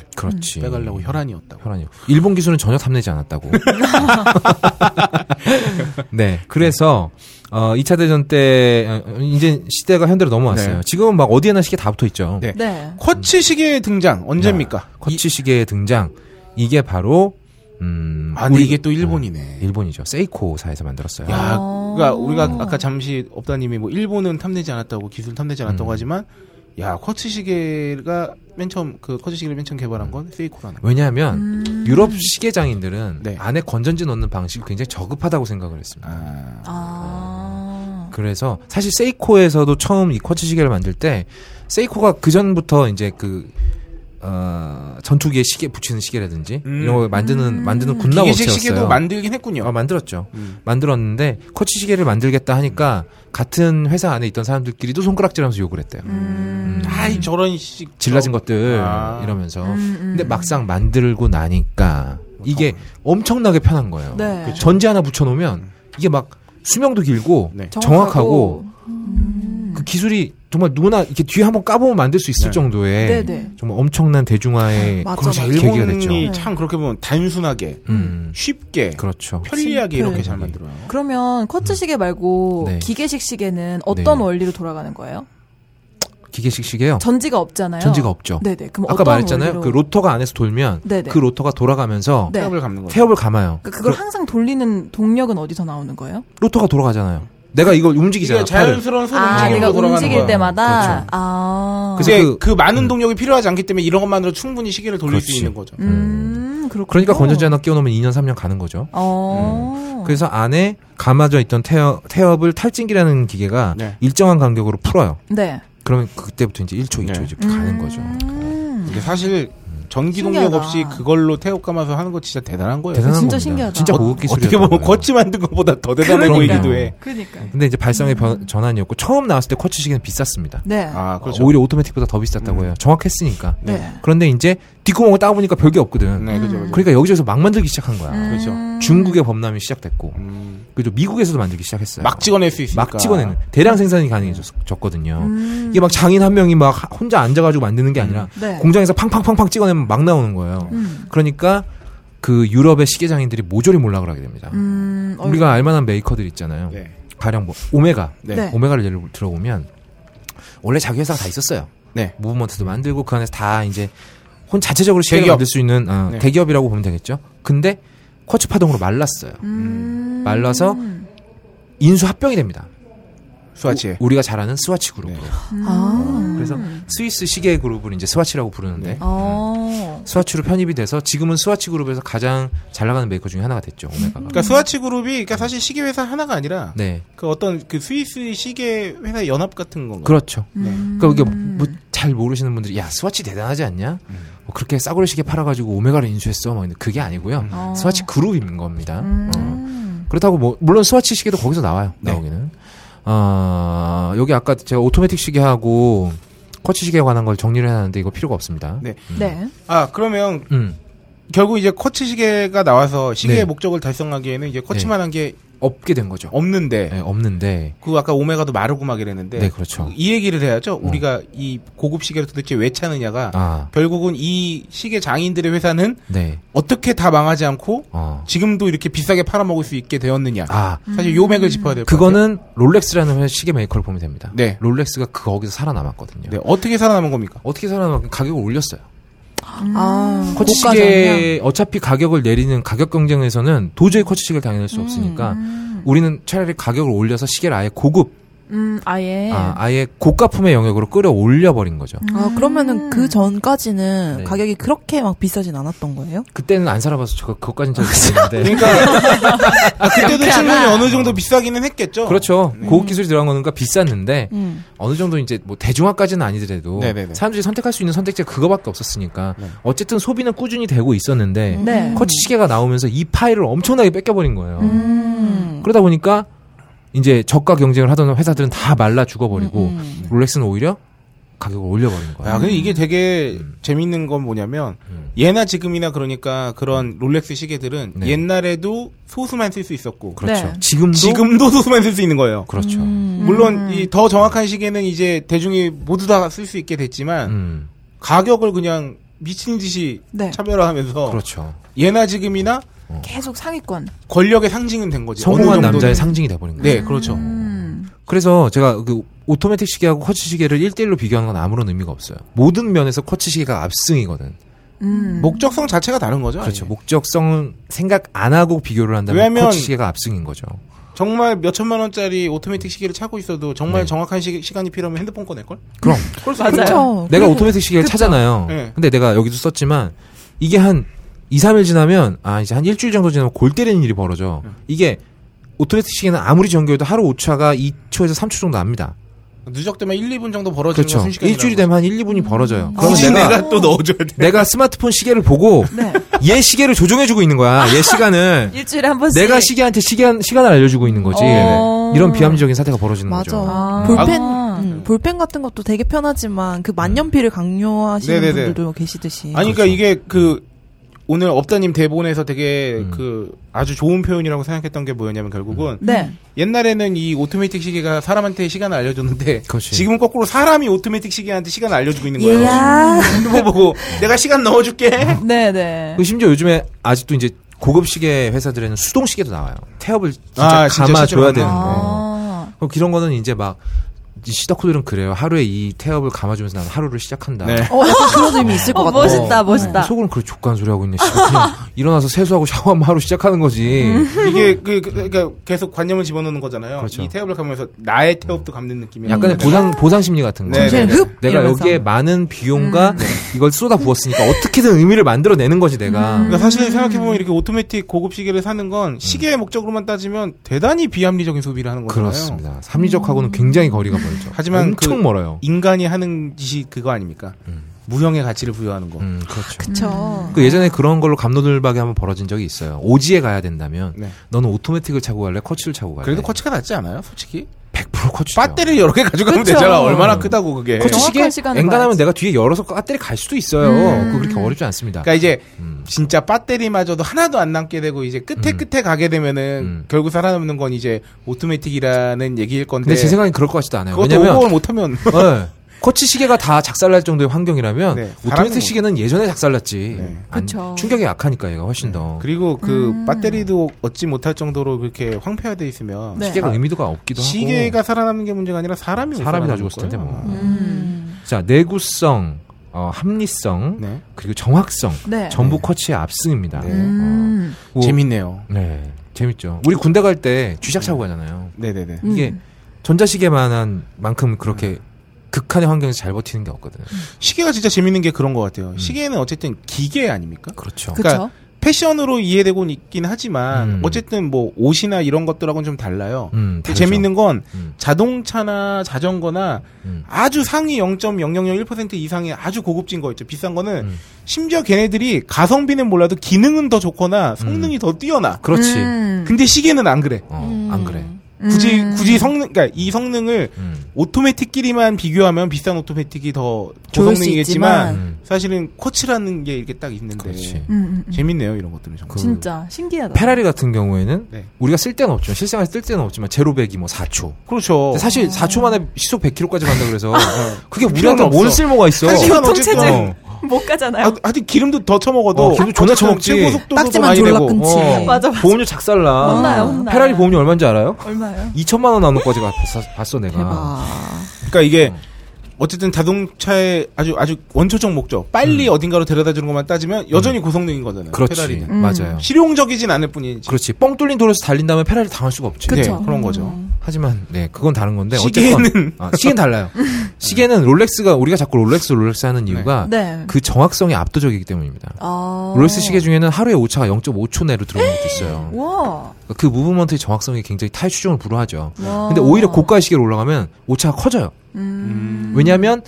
음. 그렇지. 음. 빼가려고 혈안이었다고. 혈안이요. 일본 기술은 전혀 탐내지 않았다고. 네. 그래서, 어, 2차 대전 때, 어, 이제 시대가 현대로 넘어왔어요. 네. 지금은 막 어디에나 시계 다 붙어 있죠. 네. 네. 쿼츠 시계의 등장 언제입니까? 쿼츠 시계의 등장 이게 바로 음, 아, 근데 우리- 이게 또 일본이네. 일본이죠. 세이코사에서 만들었어요. 야, 어. 그러니까 우리가 아까 잠시 업다님이 뭐 일본은 탐내지 않았다고 기술 탐내지 음. 않았다고 하지만 야 쿼츠 시계가 맨 처음 그 쿼츠 시계를 맨 처음 개발한 건 세이코라는 거. 왜냐하면 유럽 시계장인들은 네. 안에 건전지 넣는 방식이 굉장히 저급하다고 생각을 했습니다. 아, 아. 그래서 사실 세이코에서도 처음 이 쿼츠 시계를 만들 때 세이코가 그 전부터 이제 그 어, 전투기에 시계 붙이는 시계라든지 음. 이런 걸 만드는 만드는 군나 기계식 업체였어요. 시계도 만들긴 했군요. 아, 만들었죠. 음. 만들었는데 쿼츠 시계를 만들겠다 하니까 같은 회사 안에 있던 사람들끼리도 손가락질하면서 욕을 했대요. 음. 아이 저런 씨 질라진 것들 아. 이러면서. 음, 음. 근데 막상 만들고 나니까 뭐 이게 엄청나게 편한 거예요. 네. 그쵸. 전지 하나 붙여놓으면 이게 막 수명도 길고 음. 네. 정확하고, 음. 그 기술이 정말 누구나 이렇게 뒤에 한번 까보면 만들 수 있을 네. 정도의 네네. 정말 엄청난 대중화의 맞아, 그런 맞아. 계기가 됐죠. 일본이 참 그렇게 보면 단순하게 음, 쉽게 그렇죠. 편리하게 심플. 네. 이렇게 잘 만들어요. 그러면 커트 시계 말고 네. 기계식 시계는 어떤 네. 원리로 돌아가는 거예요? 기계식 시계요. 전지가 없잖아요. 전지가 없죠. 네네. 그럼 아까 뭐 어떤 말했잖아요. 원리로- 그 로터가 안에서 돌면 네네. 그 로터가 돌아가면서 네. 태엽을 감는 거죠. 태엽을 감아요. 그 그러니까 그걸 항상 돌리는 동력은 어디서 나오는 거예요? 로터가 돌아가잖아요. 내가 이걸 움직이잖아. 이게 자연스러운 손 아, 움직임으로 내가 돌아가는 움직일 거예요. 때마다 그렇죠. 아. 그래서 이제 그- 그, 많은 동력이 필요하지 않기 때문에 이런 것만으로 충분히 시계를 돌릴 수 그렇지. 있는 거죠. 음, 그렇군 그러니까 건전지 하나 끼워놓으면 2년 3년 가는 거죠. 어. 그래서 안에 감아져 있던 태엽, 태엽을 탈진기라는 기계가 네. 일정한 간격으로 풀어요. 네. 그러면 그때부터 이제 1초, 2초 네. 이렇게 가는 거죠. 음. 이게 사실 전기 동력 신기하다. 없이 그걸로 태엽 감아서 하는 거 진짜 대단한 거예요. 대단한 진짜 겁니다. 신기하다. 진짜 어- 고급 기술이 어떻게 보면 쿼츠 만든 것보다 더 대단해 그러니까요. 보이기도 해. 그러니까. 근데 이제 발상의 변- 전환이었고 처음 나왔을 때 쿼츠 시계는 비쌌습니다. 네. 아, 그렇죠. 음. 오히려 오토매틱보다 더 비쌌다고 해요. 정확했으니까. 네. 그런데 이제 뒷구멍을 따보니까 별게 없거든. 네, 그죠, 그죠. 그러니까 여기저기서 막 만들기 시작한 거야. 음. 그렇죠. 중국의 범람이 시작됐고, 음, 그리고 미국에서도 만들기 시작했어요. 막 찍어낼 수 있으니까. 막 찍어내는 대량 생산이 가능해졌거든요. 그러니까. 음. 이게 막 장인 한 명이 막 혼자 앉아가지고 만드는 게 아니라 네. 공장에서 팡팡팡팡 찍어내면 막 나오는 거예요. 음. 그러니까 그 유럽의 시계장인들이 모조리 몰락을 하게 됩니다. 음. 어이. 우리가 알만한 메이커들 있잖아요. 네. 가령 뭐 오메가, 네. 네. 오메가를 예를 들어보면 원래 자기 회사가 다 있었어요. 네. 무브먼트도 만들고 그 안에서 다 이제 혼 자체적으로 시계를 대기업. 만들 수 있는 어, 네. 대기업이라고 보면 되겠죠. 근데 쿼츠 파동으로 말랐어요. 음. 말라서 인수 합병이 됩니다. 수아치. 우리가 잘 아는 스와치 그룹으로. 네. 아. 그래서 스위스 시계 그룹을 이제 스와치라고 부르는데 네. 어. 스와치로 편입이 돼서 지금은 스와치 그룹에서 가장 잘 나가는 메이커 중에 하나가 됐죠. 오메가가. 그러니까 수아치 그룹이 그러니까 사실 시계 회사 하나가 아니라 네. 그 어떤 그 스위스 시계 회사 연합 같은 건가요? 그렇죠. 네. 음. 그러니까 이게 뭐잘 모르시는 분들이 야 스와치 대단하지 않냐? 음. 뭐 그렇게 싸구려 시계 팔아가지고 오메가를 인수했어. 막 근데 그게 아니고요. 음. 어. 스와치 그룹인 겁니다. 어. 음. 그렇다고 뭐 물론 스와치 시계도 거기서 나와요. 네. 나오기는. 아 여기 아까 제가 오토매틱 시계하고 쿼츠 시계에 관한 걸 정리를 해놨는데 이거 필요가 없습니다. 네. 네. 아 그러면 음 결국 이제 쿼츠 시계가 나와서 시계의 네. 목적을 달성하기에는 이제 쿼츠만한 게 없게 된 거죠. 없는데 네, 없는데 그 아까 오메가도 마르고 막 이랬는데 네, 그렇죠. 뭐 이 얘기를 해야죠. 우리가 이 고급 시계를 도대체 왜 차느냐가 아 결국은 이 시계 장인들의 회사는 네. 어떻게 다 망하지 않고 어. 지금도 이렇게 비싸게 팔아먹을 수 있게 되었느냐. 아 사실 요 맥을 짚어야 될 것 같아요. 그거는 롤렉스라는 회사 시계 메이커를 보면 됩니다. 네. 롤렉스가 그 거기서 살아남았거든요. 네, 어떻게 살아남은 겁니까? 어떻게 살아남았 가격을 올렸어요. 아, 쿼츠 고가 정량. 시계 어차피 가격을 내리는 가격 경쟁에서는 도저히 쿼츠 시계를 당해낼 수 없으니까 우리는 차라리 가격을 올려서 시계를 아예 고급, 음, 아예. 아, 아예 고가품의 영역으로 끌어올려 버린 거죠. 아, 그러면은 그 전까지는 네. 가격이 그렇게 막 비싸진 않았던 거예요? 그때는 안 살아봐서 제가 그것까지는 잘 모르겠는데. 그러니까 아, 그때도 충분히 어느 정도 비싸기는 했겠죠. 그렇죠. 고급 기술이 들어간 거니까 비쌌는데 음. 어느 정도 이제 뭐 대중화까지는 아니더라도 네네네. 사람들이 선택할 수 있는 선택지가 그거밖에 없었으니까 네. 어쨌든 소비는 꾸준히 되고 있었는데 음. 네. 쿼츠 시계가 나오면서 이 파일을 엄청나게 뺏겨버린 거예요. 음. 그러다 보니까 이제 저가 경쟁을 하던 회사들은 다 말라 죽어버리고 음. 네. 롤렉스는 오히려 가격을 올려버린 거예요. 아, 근데 이게 되게 재밌는 건 뭐냐면 음. 예나 지금이나 그러니까 그런 롤렉스 시계들은 네. 옛날에도 소수만 쓸 수 있었고 그렇죠. 네. 지금도 지금도 소수만 쓸 수 있는 거예요. 그렇죠. 음. 음. 물론 이 더 정확한 시계는 이제 대중이 모두 다 쓸 수 있게 음. 됐지만 가격을 그냥 미친 듯이 네. 차별화하면서 그렇죠. 예나 지금이나 계속 상위권. 권력의 상징은 된 거지. 성공한 어느 정도는. 남자의 상징이 돼버린 거예요. 네, 그렇죠. 음. 그래서 제가 그 오토매틱 시계하고 쿼츠 시계를 1대1로 비교하는 건 아무런 의미가 없어요. 모든 면에서 쿼츠 시계가 압승이거든. 음. 목적성 자체가 다른 거죠. 그렇죠. 아예. 목적성은 생각 안 하고 비교를 한다면 왜냐면- 어, 코치 시계가 압승인 거죠. 정말 몇 천만 원짜리 오토매틱 시계를 차고 있어도 정말 네. 정확한 시, 시간이 필요하면 핸드폰 꺼낼 걸? 그럼 그럴 수 맞아요. 있죠. 그렇죠. 내가 오토매틱 시계를 차잖아요. 네. 근데 내가 여기도 썼지만 이게 한 2, 3일 지나면 아 이제 한 일주일 정도 지나면 골 때리는 일이 벌어져. 예. 이게 오토매틱 시계는 아무리 정교해도 하루 오차가 2초에서 3초 정도 납니다. 누적되면 1, 2분 정도 벌어지는 건 그렇죠. 순식간이라는 일주일이 거죠. 되면 한 1, 2분이 벌어져요. 그러면 굳이 내가, 음. 내가, 또 넣어줘야 돼. 내가 스마트폰 시계를 보고 네. 얘 시계를 조정해주고 있는 거야. 얘 시간을. 일주일에 한 번씩. 예. 내가 시계한테 시계 시간을 알려주고 있는 거지. 어. 이런 비합리적인 사태가 벌어지는 맞아. 거죠. 아. 볼펜, 아. 음, 볼펜 같은 것도 되게 편하지만 그 만년필을 강요하시는 네네네. 분들도 계시듯이. 아니, 그러니까 그렇죠. 이게 그 오늘 업다님 대본에서 되게 음. 그 아주 좋은 표현이라고 생각했던 게 뭐였냐면 결국은 네. 옛날에는 이 오토매틱 시계가 사람한테 시간을 알려줬는데 그렇지. 지금은 거꾸로 사람이 오토매틱 시계한테 시간을 알려주고 있는 거예요. 핸드폰 보고 내가 시간 넣어줄게. 음. 네, 네. 그 심지어 요즘에 아직도 이제 고급 시계 회사들에는 수동 시계도 나와요. 태엽을 진짜 아, 진짜 감아줘야 실제로 되는 거. 아. 그럼 그런 거는 이제 막이 시덕후들은 그래요. 하루에 이 태엽을 감아주면서 나는 하루를 시작한다. 네. 네. 어, 약간 그런 의미 있을 것 어, 같아. 멋있다, 멋있다. 속으로는 그래 족간 소리 하고 있네. 씨. 그냥 일어나서 세수하고 샤워하면 하루 시작하는 거지. 음. 이게 그, 그- 그러니까 계속 관념을 집어넣는 거잖아요. 그렇죠. 이 태엽을 감으면서 나의 태엽도 감는 그러니까 느낌이 약간의 보상 보상 심리 같은 네, 거. 음. 정신을 네, 흡! 내가 이러면서. 음. 네. 여기에 많은 비용과 이걸 쏟아 부었으니까 어떻게든 의미를 만들어내는 음. 거지 내가. 그러니까 사실 생각해보면 이렇게 오토매틱 고급 시계를 사는 건 시계의 목적으로만 따지면 대단히 비합리적인 소비를 하는 거잖아요. 음. 그렇습니다. 삼리적하고는 굉장히 거리가 멀죠. 하지만 엄청 그- 멀어요. 인간이 하는 짓이 그거 아닙니까? 무형의 가치를 부여하는 거. 음, 그렇죠. 그쵸. 그 예전에 그런 걸로 감노들박이 한번 벌어진 적이 있어요. 오지에 가야 된다면 네. 너는 오토매틱을 차고 갈래? 커츠를 차고 갈래? 그래도 커츠가 낫지 않아요, 솔직히? 100% 커츠. 배터리 여러 개 가져가면 그쵸. 되잖아. 얼마나 크다고 그게. 커츠 시계 정확한 시간을 엔간하면 봐야지. 내가 뒤에 열어서 배터리 갈 수도 있어요. 그거 그렇게 어렵지 않습니다. 음. 그러니까 이제 음. 진짜 배터리마저도 하나도 안 남게 되고 이제 끝에 끝에 가게 되면은 음. 결국 살아남는 건 이제 오토매틱이라는 얘기일 건데. 근데 제 생각엔 그럴 것 같지도 않아요. 그것도 왜냐면 오버월 못하면 네. 커츠 시계가 다 작살날 정도의 환경이라면 네, 사람은 뭐- 오토매틱 시계는 예전에 작살났지. 네. 안- 그쵸. 충격이 약하니까 얘가 훨씬 더 그리고 그 음. 배터리도 얻지 못할 정도로 그렇게 황폐화돼 있으면 네. 시계가 의미도가 없기도 하고. 시계가 살아남는 게 문제가 아니라 사람이 사람이 다 살아남을 죽었을 텐데 거예요, 뭐. 아마. 음. 자 내구성, 어, 합리성, 네. 그리고 정확성 네. 전부 커치의 압승입니다. 네. 음. 어, 뭐, 재밌네요. 네, 재밌죠. 우리 군대 갈 때 쥐샥 차고 가잖아요. 네네네. 음. 이게 전자시계만한 만큼 그렇게 음. 극한의 환경에서 잘 버티는 게 없거든요. 시계가 진짜 재밌는 게 그런 것 같아요. 음. 시계는 어쨌든 기계 아닙니까? 그렇죠. 그쵸. 그러니까 패션으로 이해되고 있긴 하지만 음. 어쨌든 뭐 옷이나 이런 것들하고는 좀 달라요. 음, 근데 다르죠. 그 재밌는 건 음. 자동차나 자전거나 음. 아주 상위 0.0001% 이상의 아주 고급진 거 있죠. 비싼 거는 음. 심지어 걔네들이 가성비는 몰라도 기능은 더 좋거나 성능이 음. 더 뛰어나. 그렇지. 음. 근데 시계는 안 그래. 어, 안 그래. 굳이 굳이 성능 그러니까 이 성능을 음. 오토매틱끼리만 비교하면 비싼 오토매틱이 더 좋을 수 고성능이겠지만 있지만. 음. 사실은 쿼츠라는 게 이렇게 딱 있는데 그렇지. 음, 음, 음. 재밌네요 이런 것들은 정말. 그- 진짜 신기하다. 페라리 같은 경우에는 네. 우리가 쓸 때는 없지만 실생활에 쓸 때는 없지만 제로백이 뭐 4초. 그렇죠. 근데 사실 4초 만에 시속 100km까지 간다 그래서 그게 아. 필요는 우리한테 뭔 없어. 쓸모가 있어? 하지만 교통체증. 어쨌든 못 가잖아요. 하- 그- 하여튼 기름도 더 처먹어도 어, 기름도 존나 어쨌든 처먹지. 최고 속도도 딱지만 많이 졸라 되고 끊지. 어. 맞아, 맞아. 보험료 작살나. 혼나요, 혼나. 페라리 보험료 얼마인지 알아요? 얼마요? 2천만 원 나눠까지 봤어, 봤어 내가. 아. 그러니까 이게 음. 어쨌든 자동차의 아주 아주 원초적 목적 빨리 어딘가로 데려다주는 것만 따지면 여전히 고성능인 거잖아요. 음. 그렇지. 페라리는 음. 맞아요. 실용적이진 않을 뿐이지. 그렇지. 뻥 뚫린 도로에서 달린 다음에 페라리 당할 수가 없지. 네, 그쵸. 그런 거죠. 하지만 네 그건 다른 건데 시계는- 어쨌건 아, 시계는 달라요. 시계는 롤렉스가 우리가 자꾸 롤렉스 롤렉스 하는 이유가 네. 그 정확성이 압도적이기 때문입니다. 아. 롤렉스 시계 중에는 하루에 오차가 0.5초 내로 들어오는 것도 있어요. 와. 그 무브먼트의 정확성이 굉장히 탈수정을 불허하죠. 와. 네. 근데 오히려 고가의 시계로 올라가면 오차가 커져요. 음. 왜냐하면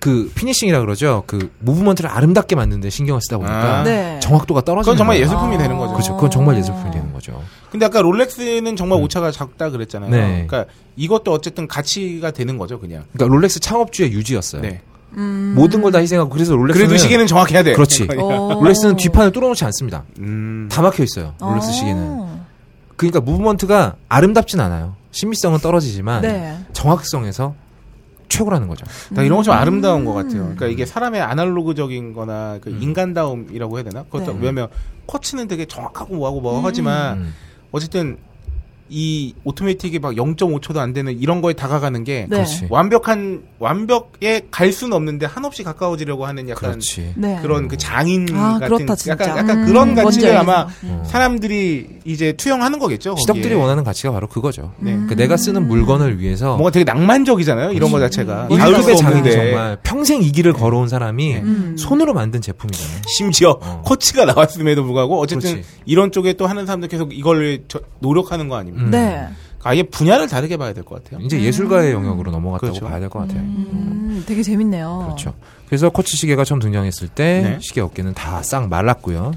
그 피니싱이라 그러죠. 그 무브먼트를 아름답게 만드는데 신경을 쓰다 보니까 아. 네. 정확도가 떨어지는 그건 정말 거예요. 예술품이 되는 거죠. 그렇죠. 그건 정말 예술품이 되는 거죠. 근데 아까 롤렉스는 정말 오차가 작다 그랬잖아요. 음. 네. 그러니까 이것도 어쨌든 가치가 되는 거죠, 그냥. 그러니까 롤렉스 창업주의 유지였어요. 네. 모든 걸 다 희생하고 그래서 롤렉스는 그래도 시계는 네, 정확해야 돼. 그렇지. 음. 어. 롤렉스는 뒷판을 뚫어놓지 않습니다. 음. 다 막혀 있어요. 롤렉스 아. 시계는. 그러니까 무브먼트가 아름답진 않아요. 심미성은 떨어지지만 네. 정확성에서 최고라는 거죠. 나 이런 거 좀 아름다운 것 같아요. 음. 그러니까 이게 사람의 아날로그적인 거나 음. 그 인간다움이라고 해야 되나? 그것도 네. 왜냐면 쿼츠는 되게 정확하고 뭐하고 뭐 하지만 음. 어쨌든 이 오토매틱이 막 0.5초도 안 되는 이런 거에 다가가는 게 네. 그렇지. 완벽한 완벽에 갈 수는 없는데 한없이 가까워지려고 하는 약간 그렇지. 네. 그런그 장인 아, 같은 그렇다, 진짜. 약간 약간 음, 그런 뭔지 가치를 알겠어. 아마 어. 사람들이 이제 투영하는 거겠죠. 거기에. 시덕들이 원하는 가치가 바로 그거죠. 음. 네. 그러니까 내가 쓰는 물건을 위해서 뭔가 되게 낭만적이잖아요. 이런 거 자체가 일 닿을 급의 수 음. 장인 없는데. 네. 정말 평생 이 길을 걸어온 사람이 음. 손으로 만든 제품이잖아요. 심지어 어. 코치가 나왔음에도 불구하고 어쨌든 그렇지. 이런 쪽에 또 하는 사람들 계속 이걸 저- 노력하는 거 아닙니까? 그러니까 음. 네. 아예 분야를 다르게 봐야 될 것 같아요. 이제 예술가의 영역으로 넘어갔다고 음. 그렇죠. 봐야 될 것 같아요. 음, 되게 재밌네요. 그렇죠. 그래서 코치 시계가 처음 등장했을 때 네. 시계 어깨는 다 싹 말랐고요.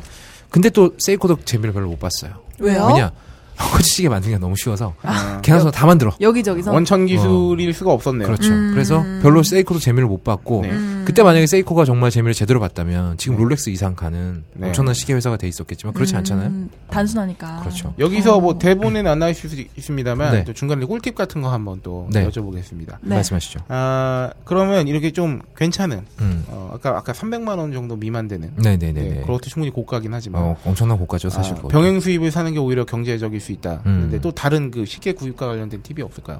근데 또 세이코도 재미를 별로 못 봤어요. 왜요? 왜냐? 코치 시계 만드는 게 너무 쉬워서 걔나서 다 만들어. 여기저기서 원천 기술일 수가 아, 그러니까 없었네요. 그렇죠. 음. 그래서 별로 세이코도 재미를 못 봤고 네. 그때 만약에 세이코가 정말 재미를 제대로 봤다면 지금 롤렉스 이상 가는 네. 엄청난 시계 회사가 돼 있었겠지만 그렇지 않잖아요. 음, 단순하니까. 그렇죠. 여기서 뭐 대본에는 안 나와 있을 수 있습니다만 네. 또 중간에 꿀팁 같은 거 한번 또 네. 여쭤보겠습니다. 네. 말씀하시죠. 아 그러면 이렇게 좀 괜찮은 음. 어, 아까 아까 300만 원 정도 미만 되는 네네네. 네, 네 그것도 충분히 고가긴 하지만 어, 엄청난 고가죠 사실. 아, 그거. 병행 수입을 사는 게 오히려 경제적일 수 있다. 음. 근데 또 다른 그 시계 구입과 관련된 팁이 없을까요?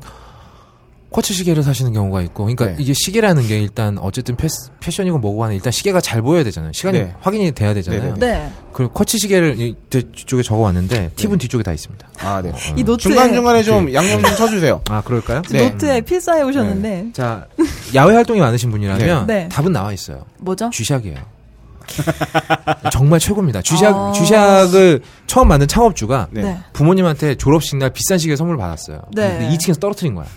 쿼츠 시계를 사시는 경우가 있고, 그러니까 네. 이게 시계라는 게 일단 어쨌든 패스, 패션이고 뭐고 하는 일단 시계가 잘 보여야 되잖아요. 시간이 네. 확인이 돼야 되잖아요. 네네네. 네. 그리고 쿼츠 시계를 이- 뒤- 뒤쪽에 적어왔는데 팁은 뒤쪽에 다 있습니다. 아 네. 이 노트에 중간 중간에 네. 좀 양념 좀 쳐주세요. 아 그럴까요? 네. 노트에 필사해 오셨는데 자 야외 활동이 많으신 분이라면 네. 네. 답은 나와 있어요. 뭐죠? 쥐샥이에요. 정말 최고입니다. 쥐샥 아. 쥐샥을 처음 만든 창업주가 네. 네. 부모님한테 졸업식 날 비싼 시계 선물 받았어요. 네. 음. 근데 2층에서 떨어뜨린 거야.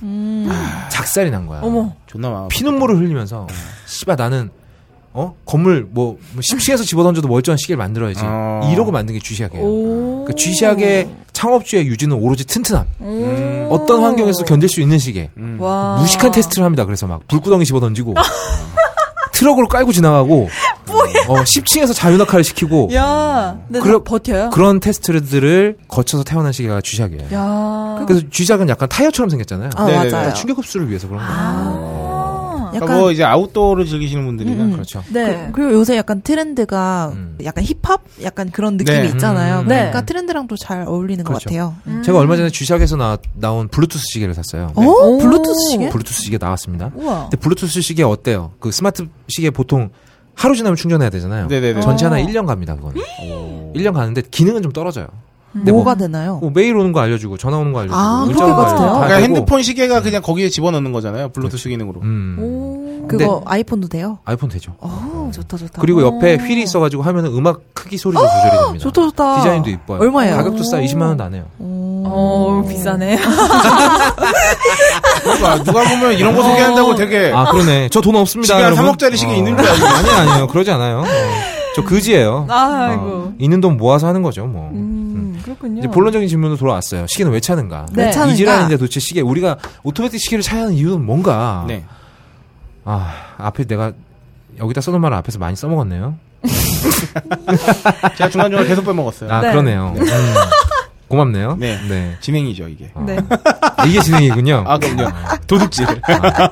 아, 작살이 난 거야. 어머. 존나 많아. 피눈물을 흘리면서 씨발 나는 어 건물 뭐 10층에서 집어던져도 멀쩡한 시계를 만들어야지 어. 이러고 만든 게 쥐샥이에요. 오. 그 쥐샥의 창업주의 유지는 오로지 튼튼함. 오. 어떤 환경에서 견딜 수 있는 시계. 음. 와. 무식한 테스트를 합니다. 그래서 막 불구덩이 집어던지고 트럭으로 깔고 지나가고 어, 10층에서 자유낙하를 시키고 야. 근데 그래- 다 버텨요? 그런 테스트들을 거쳐서 태어난 시계가 쥐샥이에요. 그러니까 야. 그래서 쥐샥은 약간 타이어처럼 생겼잖아요. 아 네네네. 맞아요. 음. 충격 흡수를 위해서 그런 거예요. 아. 그러니까 뭐 이제 아웃도어를 즐기시는 분들이나 그렇죠. 그렇죠. 네. 그, 리고 요새 약간 트렌드가 음. 약간 힙합 약간 그런 느낌이 네. 있잖아요. 음. 그러니까 네. 트렌드랑도 잘 어울리는 그렇죠. 것 같아요. 제가 얼마 전에 쥐샥에서 나, 나온 블루투스 시계를 샀어요. 네. 어? 오. 블루투스 시계? 블루투스 시계 나왔습니다. 우와. 근데 블루투스 시계 어때요? 그 스마트 시계 보통 하루 지나면 충전해야 되잖아요. 네네네. 전체 어. 하나 1년 갑니다, 그거는. 1년 가는데 기능은 좀 떨어져요. 뭐가 되나요? 뭐 메일 오는 거 알려주고 전화 오는 거 알려주고 아, 문자 오는 그렇게 거 알려주고 같아요? 다 그러니까 되고, 핸드폰 시계가 그냥 거기에 집어넣는 거잖아요. 블루투스 기능으로. 음, 오. 근데- 그거 아이폰도 돼요? 아이폰 되죠. 어, 좋다 좋다. 네. 아, 그리고 옆에 휠이 있어가지고 하면 음악 크기 소리도 조절이 됩니다. 좋다 좋다. 디자인도 이뻐요. 얼마예요? 가격도 싸 20만 원도 안 해요. 어, 비싸네. 그러니까 누가 보면 이런 거 어. 소개한다고 되게 아 그러네. 저 돈 없습니다. 시계 한 여러분. 3억짜리 시계 어. 있는 줄 알고. 아니 아니요 그러지 않아요. 어. 저 그지예요. 아이고. 어, 있는 돈 모아서 하는 거죠 뭐. 음, 그렇군요. 이제 본론적인 질문으로 돌아왔어요. 시계는 왜 차는가? 네. 왜 차는가? 이 질환인데 도대체 시계 우리가 오토매틱 시계를 차야 하는 이유는 뭔가? 네. 아 앞에 내가 여기다 써놓은 말을 앞에서 많이 써먹었네요. 제가 중간중간 계속 빼먹었어요. 아 네. 그러네요. 음. 고맙네요. 네. 네. 진행이죠, 이게. 어. 네. 이게 진행이군요. 아, 그 그럼요. 도둑질. 아.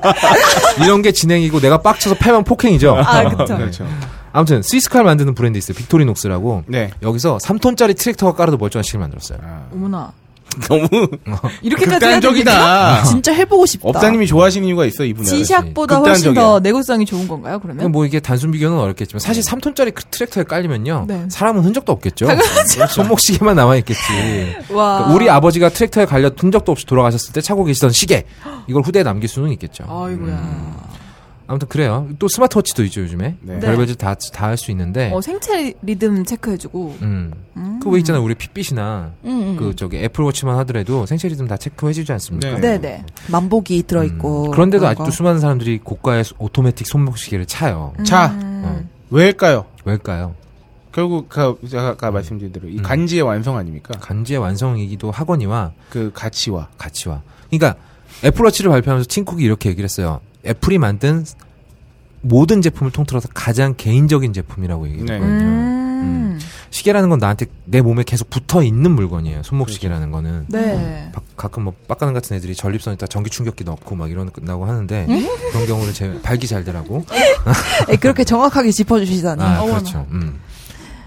이런 게 진행이고 내가 빡쳐서 패면 폭행이죠. 아, 그쵸. 그렇죠. 아무튼 스위스칼 만드는 브랜드 있어요. 빅토리녹스라고. 네. 여기서 3톤짜리 트랙터가 깔아도 멀쩡한 시계를 만들었어요. 어머나. 너무 이렇게까지 해야 되겠냐? 아, 극단적이다. 진짜 해보고 싶다. 업사님이 좋아하시는 이유가 있어, 이분은. 지샥보다 극단적이야. 훨씬 더 내구성이 좋은 건가요, 그러니까 그러면? 뭐 이게 단순 비교는 어렵겠지만 사실 3톤짜리 그 트랙터에 깔리면요. 네. 사람은 흔적도 없겠죠. 그렇죠. 손목 시계만 남아 있겠지. 그러니까 와. 그 우리 아버지가 트랙터에 갈려 흔적도 없이 돌아가셨을 때 차고 계시던 시계. 이걸 후대에 남길 수는 있겠죠. 아이고야. 아무튼 그래요. 또 스마트워치도 있죠, 요즘에. 네. 별별 다다 할 수 있는데. 어, 생체 리듬 체크해주고. 음. 그왜 있잖아요. 우리 핏빛이나 음, 음. 그 저기 애플워치만 하더라도 생체 리듬 다 체크해 주지 않습니까? 네. 네네. 만복이 들어있고. 음, 그런데도 그런 거. 아직도 수많은 사람들이 고가의 오토매틱 손목 시계를 차요. 음. 자, 어, 왜일까요? 왜일까요? 결국 그 제가 아까 말씀드린 대로 이 음. 간지의 완성 아닙니까? 간지의 완성이기도 하거니와 그 가치와 가치와. 그러니까 애플워치를 발표하면서 팀쿡이 이렇게 얘기를 했어요. 애플이 만든 모든 제품을 통틀어서 가장 개인적인 제품이라고 네. 얘기했거든요. 음. 시계라는 건 나한테 내 몸에 계속 붙어 있는 물건이에요. 손목 시계라는 거는. 네. 바- 가끔 뭐 빡가는 같은 애들이 전립선에다 전기 충격기 넣고 막 이런 끝나고 하는데 그런 경우는 제 발기 잘 되라고. 에, 그렇게 정확하게 짚어주시다니. 아 그렇죠. 아, 음.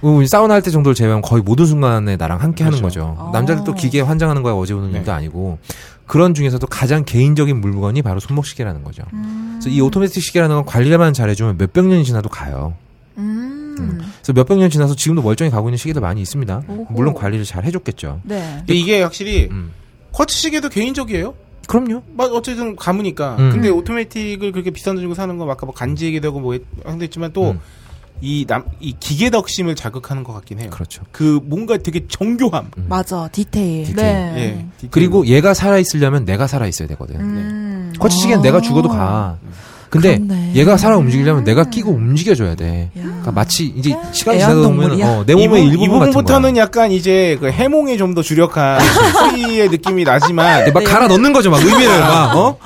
우- 사우나 할 때 정도를 제외하면 거의 모든 순간에 나랑 함께 하는 거죠. 아. 남자들 또 기계에 환장하는 거야 어제 오는 네. 일도 아니고 그런 중에서도 가장 개인적인 물건이 바로 손목 시계라는 거죠. 그래서 이 오토매틱 시계라는 건 관리만 잘해주면 몇백 년이 지나도 가요. 음. 그래서 몇백 년 지나서 지금도 멀쩡히 가고 있는 시계들 많이 있습니다. 오호. 물론 관리를 잘 해줬겠죠. 네. 근데 이게 확실히 음. 쿼츠 시계도 개인적이에요. 그럼요. 막 어쨌든 감으니까. 음. 근데 오토매틱을 그렇게 비싼 돈 주고 사는 건 아까 뭐 간지 얘기도 하고 뭐 했- 했지만 또 음. 이 남, 이 기계덕심을 자극하는 것 같긴 해요. 그렇죠. 그 뭔가 되게 정교함. 음. 맞아 디테일. 디테일. 네. 예. 디테일. 그리고 얘가 살아 있으려면 내가 살아 있어야 되거든. 음. 쿼츠 시계는 내가 죽어도 가. 근데 음. 그렇네. 얘가 살아 움직이려면 내가 끼고 움직여줘야 돼. 그러니까 마치 이제 시간이 지나다 보면 애완동물이야. 어, 내 이 몸의 부- 일부분 이 같은 거야. 부분부터는 약간 이제 그 해몽에 좀 더 주력한 프리의 느낌이 나지만 근데 네. 막 갈아 넣는 거죠, 막 의미를 막. 어?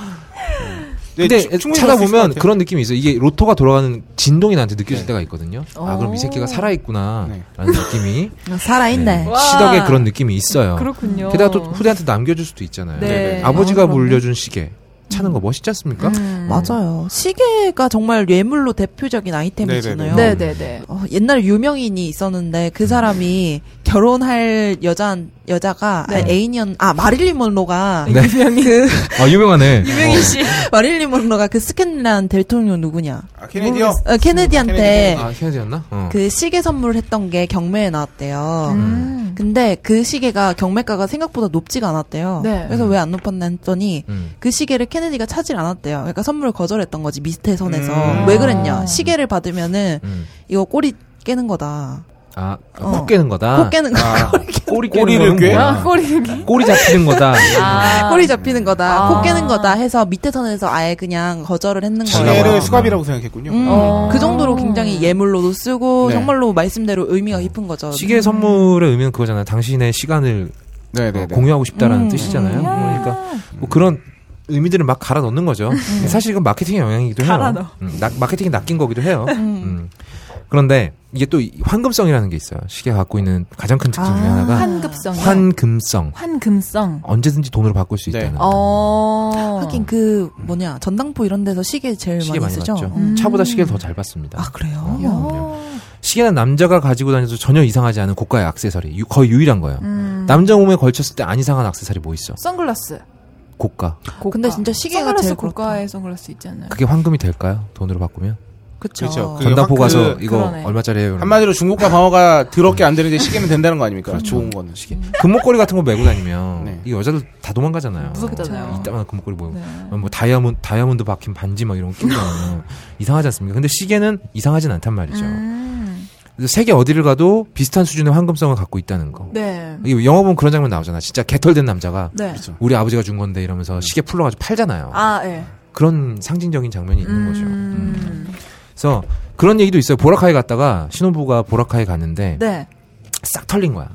근데 네, 충- 충분히 그럴 수 있을 것 찾아보면 같아요. 그런 느낌이 있어. 요 이게 로토가 돌아가는 진동이 나한테 느껴질 때가 있거든요. 아 오. 그럼 이 새끼가 살아 있구나 네. 라는 느낌이 살아있네. 와. 시덕의 그런 느낌이 있어요. 그렇군요. 게다가 또 후대한테 남겨줄 수도 있잖아요. 네. 아버지가 아, 음. 그렇네. 물려준 시계 차는 거 멋있지 않습니까? 맞아요. 시계가 정말 예물로 대표적인 아이템이잖아요. 네네네. 네네네. 어, 옛날 유명인이 있었는데 그 사람이 결혼할 여자 여자가 네. 아니, 애인이었 아 마릴린 먼로가 네. 그 어, 아 유명하네. 유명희 씨. 마릴린 먼로가 그 스캔란 대통령 누구냐 아, 케네디요. 음. 어, 케네디. 케네디한테 아 케네디였나? 어. 그 시계 선물을 했던 게 경매에 나왔대요. 음. 근데 그 시계가 경매가가 생각보다 높지가 않았대요. 네. 그래서 왜 안 높았나 했더니 음. 그 시계를 케네디가 차질 않았대요. 그러니까 선물을 거절했던 거지 미스테 선에서 음. 왜 그랬냐? 시계를 받으면은 음. 이거 꼬리 깨는 거다. 아, 아, 어. 코 깨는 거다. 코 깨는 거다. 아, 꼬리 꼬리를 거는 꿰? 뭐야? 아, 꼬리 여기. 꼬리 잡히는 거다. 아. 꼬리 잡히는 거다. 아. 코 깨는 거다 해서 밑에 선에서 아예 그냥 거절을 했는 지혜를 거예요. 지혜를 수갑이라고 생각했군요. 음, 어. 그 정도로 굉장히 예물로도 쓰고 네. 정말로 말씀대로 의미가 깊은 거죠. 시계 선물의 의미는 그거잖아요. 당신의 시간을 네네네. 공유하고 싶다라는 음. 뜻이잖아요. 그러니까 뭐 그런 의미들을 막 갈아 넣는 음. 거죠. 사실 이건 마케팅의 영향이기도 해요. 갈아 넣어. 음, 나- 마케팅이 낚인 거기도 해요. 음. 그런데 이게 또이 황금성이라는 게 있어요. 시계가 갖고 있는 가장 큰 특징 중에 아. 하나가 환급성. 환금성. 환금성. 언제든지 돈으로 바꿀 수 네. 있다는. 어, 어. 하긴 그 뭐냐 전당포 이런 데서 시계 제일 시계 많이 쓰죠. 봤죠. 음. 차보다 시계를 더 잘 봤습니다. 아 그래요? 어, 그럼요. 시계는 남자가 가지고 다녀도 전혀 이상하지 않은 고가의 액세서리. 유- 거의 유일한 거예요. 음. 남자 몸에 걸쳤을 때 안 이상한 액세서리 뭐 있어? 선글라스. 고가. 고가. 어. 근데 진짜 시계가 선글라스 제일 그렇다. 고가의 선글라스 있잖아요. 그게 황금이 될까요? 돈으로 바꾸면? 그렇죠. 그렇죠. 그- 전당포 황- 가서 그- 이거 그러네. 얼마짜리예요? 이러면. 한마디로 중국과 방어가 더럽게 안 되는데 시계는 된다는 거 아닙니까? 그렇죠. 좋은 거는. 시계. 금목걸이 같은 거 메고 다니면 네. 이 여자들 다 도망가잖아요. 무섭잖아요. 이따만 금목걸이 뭐, 네. 뭐 다이아몬드 다이아몬드 박힌 반지 막 이런 거 끼고 다니면 이상하지 않습니까? 근데 시계는 이상하진 않단 말이죠. 음. 그래서 세계 어디를 가도 비슷한 수준의 황금성을 갖고 있다는 거. 네. 이게 영화 보면 그런 장면 나오잖아. 진짜 개털된 남자가 네. 그렇죠. 네. 우리 아버지가 준 건데 이러면서 시계 풀러가지고 팔잖아요. 아, 예. 그런 상징적인 장면이 있는 거죠. 음. 음. 그래서 그런 얘기도 있어요. 보라카이 갔다가 신혼부부가 보라카이 갔는데 네. 싹 털린 거야.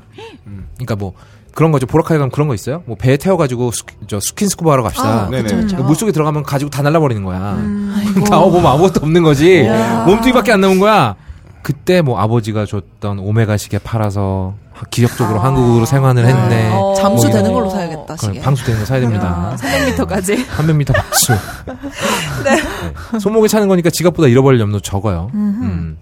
음. 그러니까 뭐 그런 거죠. 보라카이 가면 그런 거 있어요. 뭐 배에 태워가지고 스, 저 스킨 스쿠버 하러 갑시다. 아, 네네. 그렇죠. 그렇죠. 음. 근데 물속에 들어가면 가지고 다 날라버리는 거야. 음. 나와보면 아무것도 없는 거지. 몸뚱이밖에 안 남은 거야. 그때 뭐 아버지가 줬던 오메가 시계 팔아서 하- 기력적으로 한국으로 생환을 했네. 뭐 아, 어. 잠수되는 어. 걸로 사야겠다 그럼 시계. 방수되는 거 사야 됩니다. 300m까지. 300m 박수. 네. 손목에 차는 거니까 지갑보다 잃어버릴 염도 적어요. 음.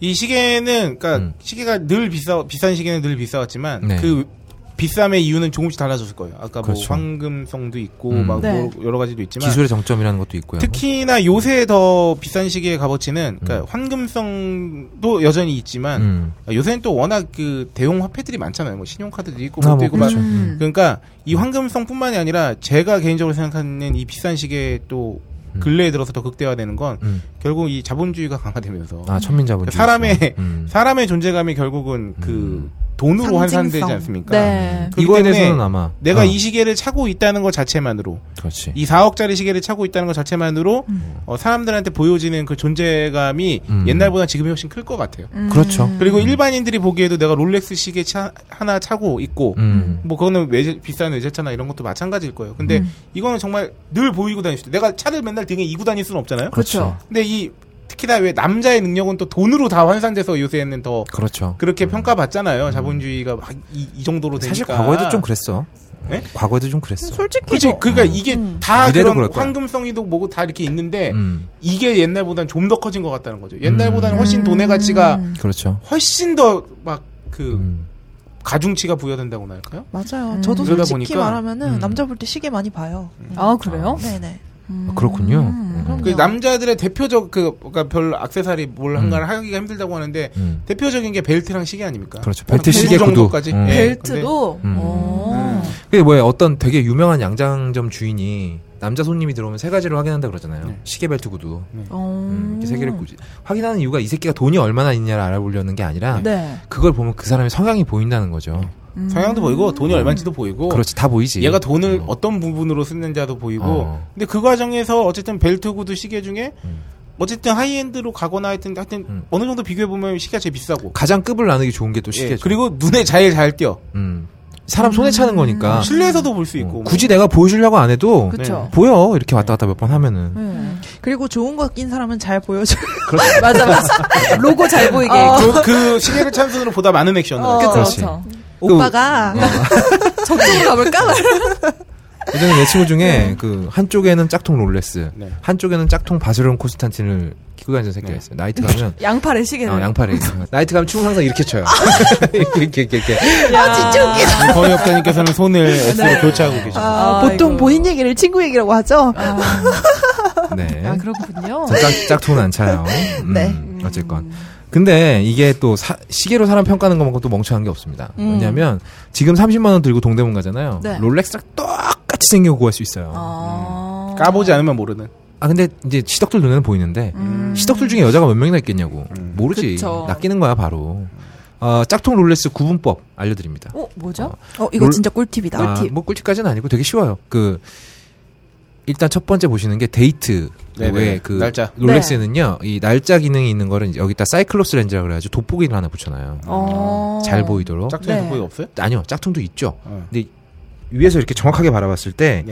이 시계는 그러니까 음. 시계가 늘 비싸 비싼 시계는 늘 비싸왔지만 네. 그 비쌈의 이유는 조금씩 달라졌을 거예요. 아까 그렇죠. 뭐 황금성도 있고 음. 막 네. 뭐 여러 가지도 있지만 기술의 정점이라는 것도 있고요. 특히나 요새 더 비싼 시계의 값어치는 그러니까 황금성도 여전히 있지만 아, 음. 요새는 또 워낙 그 대용 화폐들이 많잖아요. 뭐 신용카드도 있고 아, 그것도 뭐 있고 막 그렇죠. 음. 그러니까 이 황금성뿐만이 아니라 제가 개인적으로 생각하는 이 비싼 시계 또 근래에 들어서 더 극대화되는 건 음. 결국 이 자본주의가 강화되면서 아 천민자본주의. 뭐 사람의 음. 사람의 존재감이 결국은 그 돈으로 환산되지 않습니까? 네. 그렇기 이거에 때문에 대해서는 아마 내가 어, 이 시계를 차고 있다는 것 자체만으로 그렇지. 이 4억짜리 시계를 차고 있다는 것 자체만으로 어, 사람들한테 보여지는 그 존재감이 음. 옛날보다 지금이 훨씬 클 것 같아요. 음. 그렇죠. 그리고 일반인들이 보기에도 내가 롤렉스 시계 차, 하나 차고 있고 음. 뭐 그거는 외제, 비싼 외제차나 이런 것도 마찬가지일 거예요. 근데 이거는 정말 늘 보이고 다닐 수 있어요. 내가 차를 맨날 등에 이고 다닐 수는 없잖아요. 그렇죠. 근데 이 특히나 왜 남자의 능력은 또 돈으로 다 환산돼서 요새는 더 그렇죠. 그렇게 평가받잖아요. 자본주의가 막 이 정도로 되니까. 사실 과거에도 음. 좀 그랬어. 예? 과거에도 좀 그랬어. 솔직히 그치 뭐 너- 그러니까 이게 다 미래도 그런 그럴 거야. 황금성이도 뭐고 다 이렇게 있는데 음, 이게 옛날보다는 좀 더 커진 것 같다는 거죠. 옛날보다는 훨씬 돈의 가치가 그렇죠. 훨씬 더 막 그 음. 가중치가 부여된다고나 할까요? 맞아요. 음. 저도 그러다 솔직히 보니까- 말하면은 음. 남자 볼 때 시계 많이 봐요. 아 그래요? 네네. 아, 그렇군요. 음. 음. 그 남자들의 대표적 그 그러니까 별 악세사리 뭘 한가를 음. 하기가 힘들다고 하는데 음. 대표적인 게 벨트랑 시계 아닙니까? 그렇죠. 벨트, 시계, 구두. 정도까지. 음. 예, 벨트도. 근데- 음. 어. 그게 뭐야 어떤 되게 유명한 양장점 주인이 남자 손님이 들어오면 세 가지를 확인한다 그러잖아요. 네. 시계, 벨트, 구두. 어. 음, 이렇게 세 개를 굳이 확인하는 이유가 이 새끼가 돈이 얼마나 있냐를 알아보려는 게 아니라 네. 그걸 보면 그 사람의 성향이 보인다는 거죠. 음. 근데 성향도 보이고 돈이 얼마인지도 보이고 그렇지 다 보이지. 네. 뭐 얘가 돈을 어. 어. 떤 부분으로 쓰는지도 보이고 어. 근데 그 과정에서 어쨌든 벨트 구두 시계 중에 음. 어쨌든 하이엔드로 가거나 하여튼 하여튼 음. 어느 정도 비교해 보면 시계가 제일 비싸고 가장 급을 나누기 좋은 게 또 예, 시계죠. 그리고 음. 눈에 제일 잘 띄어 음. 사람 손에 차는 거니까 실내에서도 볼 수 어, 있고 뭐. 굳이 내가 보여주려고 안 해도 네. 그쵸. 보여 이렇게 왔다 갔다 몇 번 하면은 음. 음. 네. 그리고 좋은 거 낀 사람은 잘 보여줘요. 그렇죠. 맞아 맞아. 로고 잘 보이게. 그, 그 시계를 찬손으로 보다 많은 액션을 하죠. 어, 그쵸, 그렇지. 그쵸. 오빠가 음. 적중으로 가볼까? 예전에 내 친구 중에 그 한쪽에는 짝퉁 롤렉스, 네. 한쪽에는 짝퉁 바스론 콘스탄틴을 끼고 다니는 새끼가 네. 있어요. 나이트 가면 양팔에 시계를. 어, 양팔에 나이트 가면 춤을 항상 이렇게 춰요. 이렇게 이렇게 이렇게. 이렇게. 아, 우리 번역자님께서는 손을 S로 교체하고 계시죠. 아, 네. 아이고. 보통 본인 얘기를 친구 얘기라고 하죠. 아, 네. 아 그렇군요. 저 짝, 짝퉁은 안 차요. 음, 네. 어쨌건. 근데 이게 또 사- 시계로 사람 평가하는 것만큼 또 멍청한 게 없습니다. 음. 왜냐면 지금 30만 원 들고 동대문 가잖아요. 네. 롤렉스랑 똑같이 생겨 구할 수 있어요. 아. 까보지 않으면 모르는. 아 근데 이제 시덕들 눈에는 보이는데 시덕들 중에 여자가 몇 명이나 있겠냐고 모르지. 그쵸. 낚이는 거야 바로. 어, 짝퉁 롤렉스 구분법 알려드립니다. 어 뭐죠? 어, 이거 롤- 진짜 꿀팁이다. 아, 뭐 꿀팁까지는 아니고 되게 쉬워요. 그 일단 첫 번째 보시는 게 데이트 네네. 외그 날짜. 롤렉스는요 이 날짜 기능이 있는 거를 이제 여기다 사이클롭스 렌즈라고 그래가지고 돋보기를 하나 붙여놔요. 어. 잘 보이도록. 짝퉁에 네. 돋보기 없어요? 아니요 짝퉁도 있죠. 어. 근데 위에서 이렇게 정확하게 바라봤을 때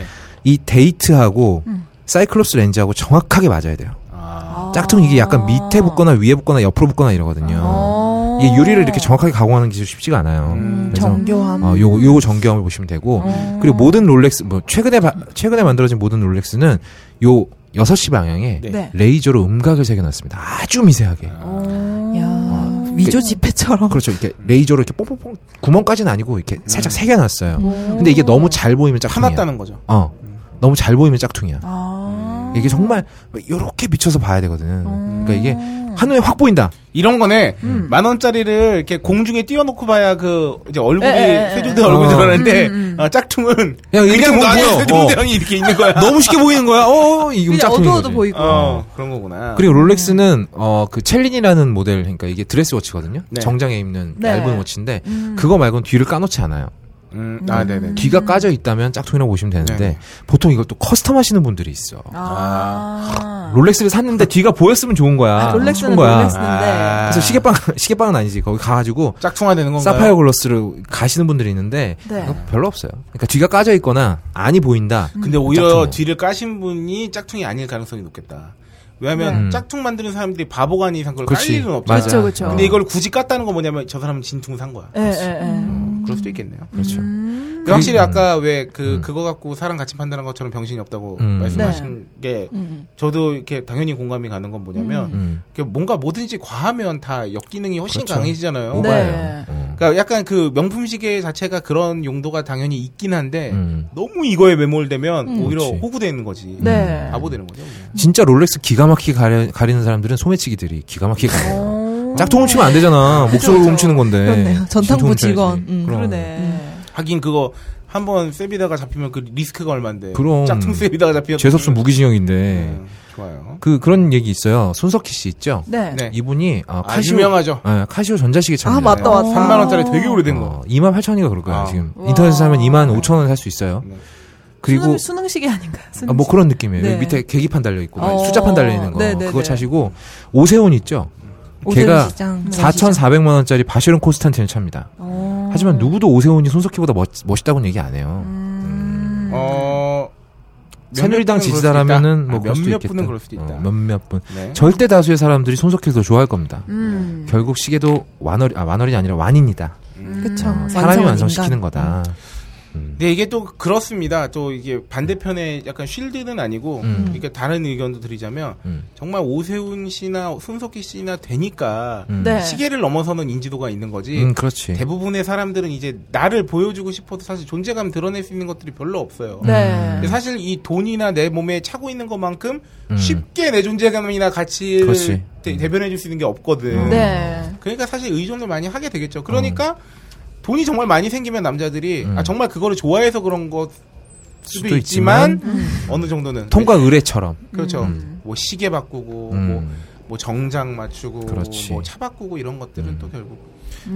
이 네. 데이트하고 음. 사이클롭스 렌즈하고 정확하게 맞아야 돼요. 아. 짝퉁 이게 약간 밑에 붙거나 위에 붙거나 옆으로 붙거나 이러거든요. 어. 이게 유리를 이렇게 정확하게 가공하는 기술이 쉽지가 않아요. 음. 그래서 정교함. 어, 요, 요 정교함을 보시면 되고 어. 그리고 모든 롤렉스 뭐 최근에 바- 최근에 만들어진 모든 롤렉스는 요 6시 방향에 네. 네. 레이저로 음각을 새겨놨습니다. 아주 미세하게. 어. 야 어, 위조 지폐처럼. 그렇죠. 이렇게 레이저로 이렇게 뽕뽕뽕 구멍까지는 아니고 이렇게 살짝 새겨놨어요. 음. 오. 음. 근데 이게 너무 잘 보이면 아, 짝퉁이야. 화났다는 거죠. 어, 너무 잘 보이면 짝퉁이야. 아. 이게 정말 요렇게 비춰서 봐야 되거든. 그러니까 이게 한눈에 확 보인다. 이런 거네. 음. 만 원짜리를 이렇게 공중에 띄워놓고 봐야 그 이제 얼굴이 에, 음, 에, 에. 세종대 얼굴이 어. 드러나는데 아, 짝퉁은 그냥 이렇게 보면 놔둬요. 보여. 세종대 어. 형이 이렇게 있는 거야. 너무 쉽게 보이는 거야. 어, 어, 이건 그냥 짝퉁인 어두워도 거지. 보이고. 어, 그런 거구나. 아, 그리고 롤렉스는 어 그 첼린이라는 모델 그러니까 이게 드레스 워치거든요. 네. 정장에 입는 네. 얇은 워치인데 그거 말고는 뒤를 까놓지 않아요. 음, 아, 네네. 뒤가 까져 있다면 짝퉁이라고 보시면 되는데 네. 보통 이걸 또 커스텀 하시는 분들이 있어. 아. 롤렉스를 샀는데 뒤가 보였으면 좋은 거야. 아, 롤렉스는 싶은 거야. 롤렉스인데. 아. 그래서 시계방 시계방은 아니지. 거기 가가지고 짝퉁화 되는 건가요? 사파이어 글로스로 가시는 분들이 있는데 네. 이거 별로 없어요. 그러니까 뒤가 까져 있거나 안이 보인다. 음. 근데 오히려 짝퉁이에요. 뒤를 까신 분이 짝퉁이 아닐 가능성이 높겠다. 왜냐하면 네. 짝퉁 만드는 사람들이 바보가 아닌 이상 그걸 깔 그렇지. 일은 없잖아. 맞아. 그쵸, 그쵸. 근데 이걸 굳이 깠다는 건 뭐냐면 저 사람은 진퉁 산 거야. 예, 예, 예. 음, 그럴 수도 있겠네요. 그렇죠. 그 확실히 음. 아까 왜 그 그거 갖고 사람 같이 판단한 것처럼 병신이 없다고 음. 말씀하신 게 음. 저도 이렇게 당연히 공감이 가는 건 뭐냐면 음. 그 뭔가 뭐든지 과하면 다 역기능이 훨씬 그렇죠. 강해지잖아요. 네. 네. 오바예요. 음. 그러니까 약간 그 명품 시계 자체가 그런 용도가 당연히 있긴 한데 음. 너무 이거에 매몰되면 오히려 그렇지. 호구되는 거지. 음. 네. 바보 되는 거죠. 뭐. 그냥. 진짜 롤렉스 기가 막히게 가려, 가리는 사람들은 소매치기들이 기가 막히게 가려요. 어. 짝퉁 훔치면 안 되잖아. 목숨을 훔치는 건데. 그렇네요. 전탕부 진통 직원. 훔쳐야지. 음, 그럼. 그러네. 하긴 그거 한 번 세비다가 잡히면 그 리스크가 얼만데. 그럼. 짝퉁 세비다가 잡히면 재수없으면 무기징역인데. 음, 좋아요. 그, 그런 얘기 있어요. 손석희 씨 있죠? 네. 네. 이분이, 아, 아, 카시오. 유명하죠. 예, 카시오 전자시계 참. 아 맞다 맞다. 3만 원짜리 되게 오래된 거. 2만 8천이가 그럴 거야, 아. 지금. 와. 인터넷에서 사면 2만 5천 원에 살 수 있어요. 네. 그리고, 수능, 수능식이 아닌가요? 수능식. 아, 뭐 그런 느낌이에요. 네. 여기 밑에 계기판 달려있고, 막 어. 수자판 달려있는 거. 네, 네, 그거 네. 차시고, 오세훈 있죠? 오세훈 걔가 시장. 4,400만 원짜리 바시론 콘스탄틴을 찹니다. 어. 음. 하지만 누구도 오세훈이 손석희보다 멋, 멋있다고는 얘기 안 해요. 음. 어. 음. 몇몇 새누리당 분은 지지자라면은 뭐 그럴 그럴 수도 있다. 아, 몇몇 수도 있겠다. 분은 그럴 수도 있다. 어, 몇몇 분. 네. 절대 다수의 사람들이 손석희를 더 좋아할 겁니다. 음. 결국 시계도 완월이 아 완월이 아니라 완입니다. 그쵸. 사람이 완성한 인간. 완성시키는 거다. 근데 이게 또 그렇습니다. 또 이게 반대편의 약간 쉴드는 아니고, 음. 그러니까 다른 의견도 드리자면 음. 정말 오세훈 씨나 손석희 씨나 되니까 음. 네. 시계를 넘어서는 인지도가 있는 거지. 음, 그렇지. 대부분의 사람들은 이제 나를 보여주고 싶어도 사실 존재감 드러낼 수 있는 것들이 별로 없어요. 네. 근데 사실 이 돈이나 내 몸에 차고 있는 것만큼 음. 쉽게 내 존재감이나 가치를 그렇지. 음. 대, 변해줄 수 있는 게 없거든. 네. 그러니까 사실 의존을 많이 하게 되겠죠. 그러니까 돈이 정말 많이 생기면 남자들이 음. 아, 정말 그거를 좋아해서 그런 것 수도, 수도 있지만, 음. 있지만, 어느 정도는 통과 의뢰처럼. 그렇죠. 뭐 시계 바꾸고 뭐, 음. 뭐 정장 맞추고 그렇지. 뭐 차 바꾸고 이런 것들은 음. 또 결국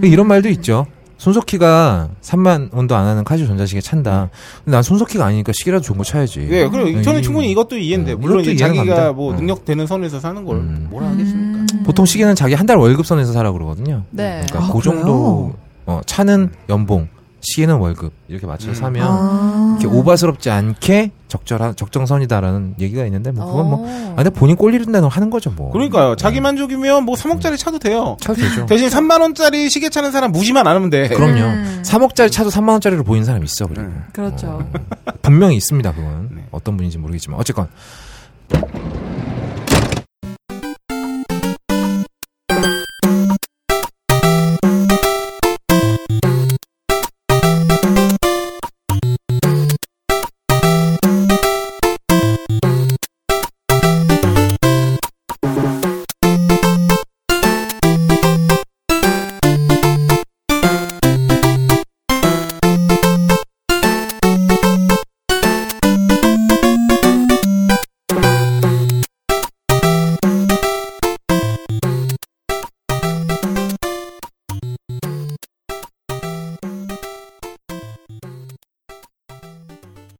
이런 말도 있죠. 손석희가 3만 원도 안 하는 카시오 전자시계 찬다. 근데 난 손석희가 아니니까 시계라도 좋은 거 차야지. 음. 네, 그럼 저는 이- 충분히 이것도 이해인데 어, 물론 음. 이것도 이제 자기가 이해는 갑니다. 뭐 어. 능력되는 선에서 사는 걸 음. 뭐라 하겠습니까? 보통 시계는 자기 한 달 월급 선에서 사라 그러거든요. 네. 그러니까 아, 그 정도 그래요? 어, 차는 연봉, 시계는 월급 이렇게 음. 맞춰서 사면 아. 이렇게 오바스럽지 않게 적절한 적정선이다라는 얘기가 있는데 뭐 그건 뭐 어. 아, 근데 본인 꼴리는 대로 하는 거죠 뭐. 그러니까요. 자기 만족이면 뭐 3억짜리 차도 돼요. 차 되죠. 네, 대신 3만 원짜리 시계 차는 사람 무지만 안 하면 돼. 그럼요. 음. 3억짜리 차도 3만 원짜리로 보이는 사람 있어 그리고 그렇죠. 분명히 있습니다 그건 네. 어떤 분인지 모르겠지만 어쨌건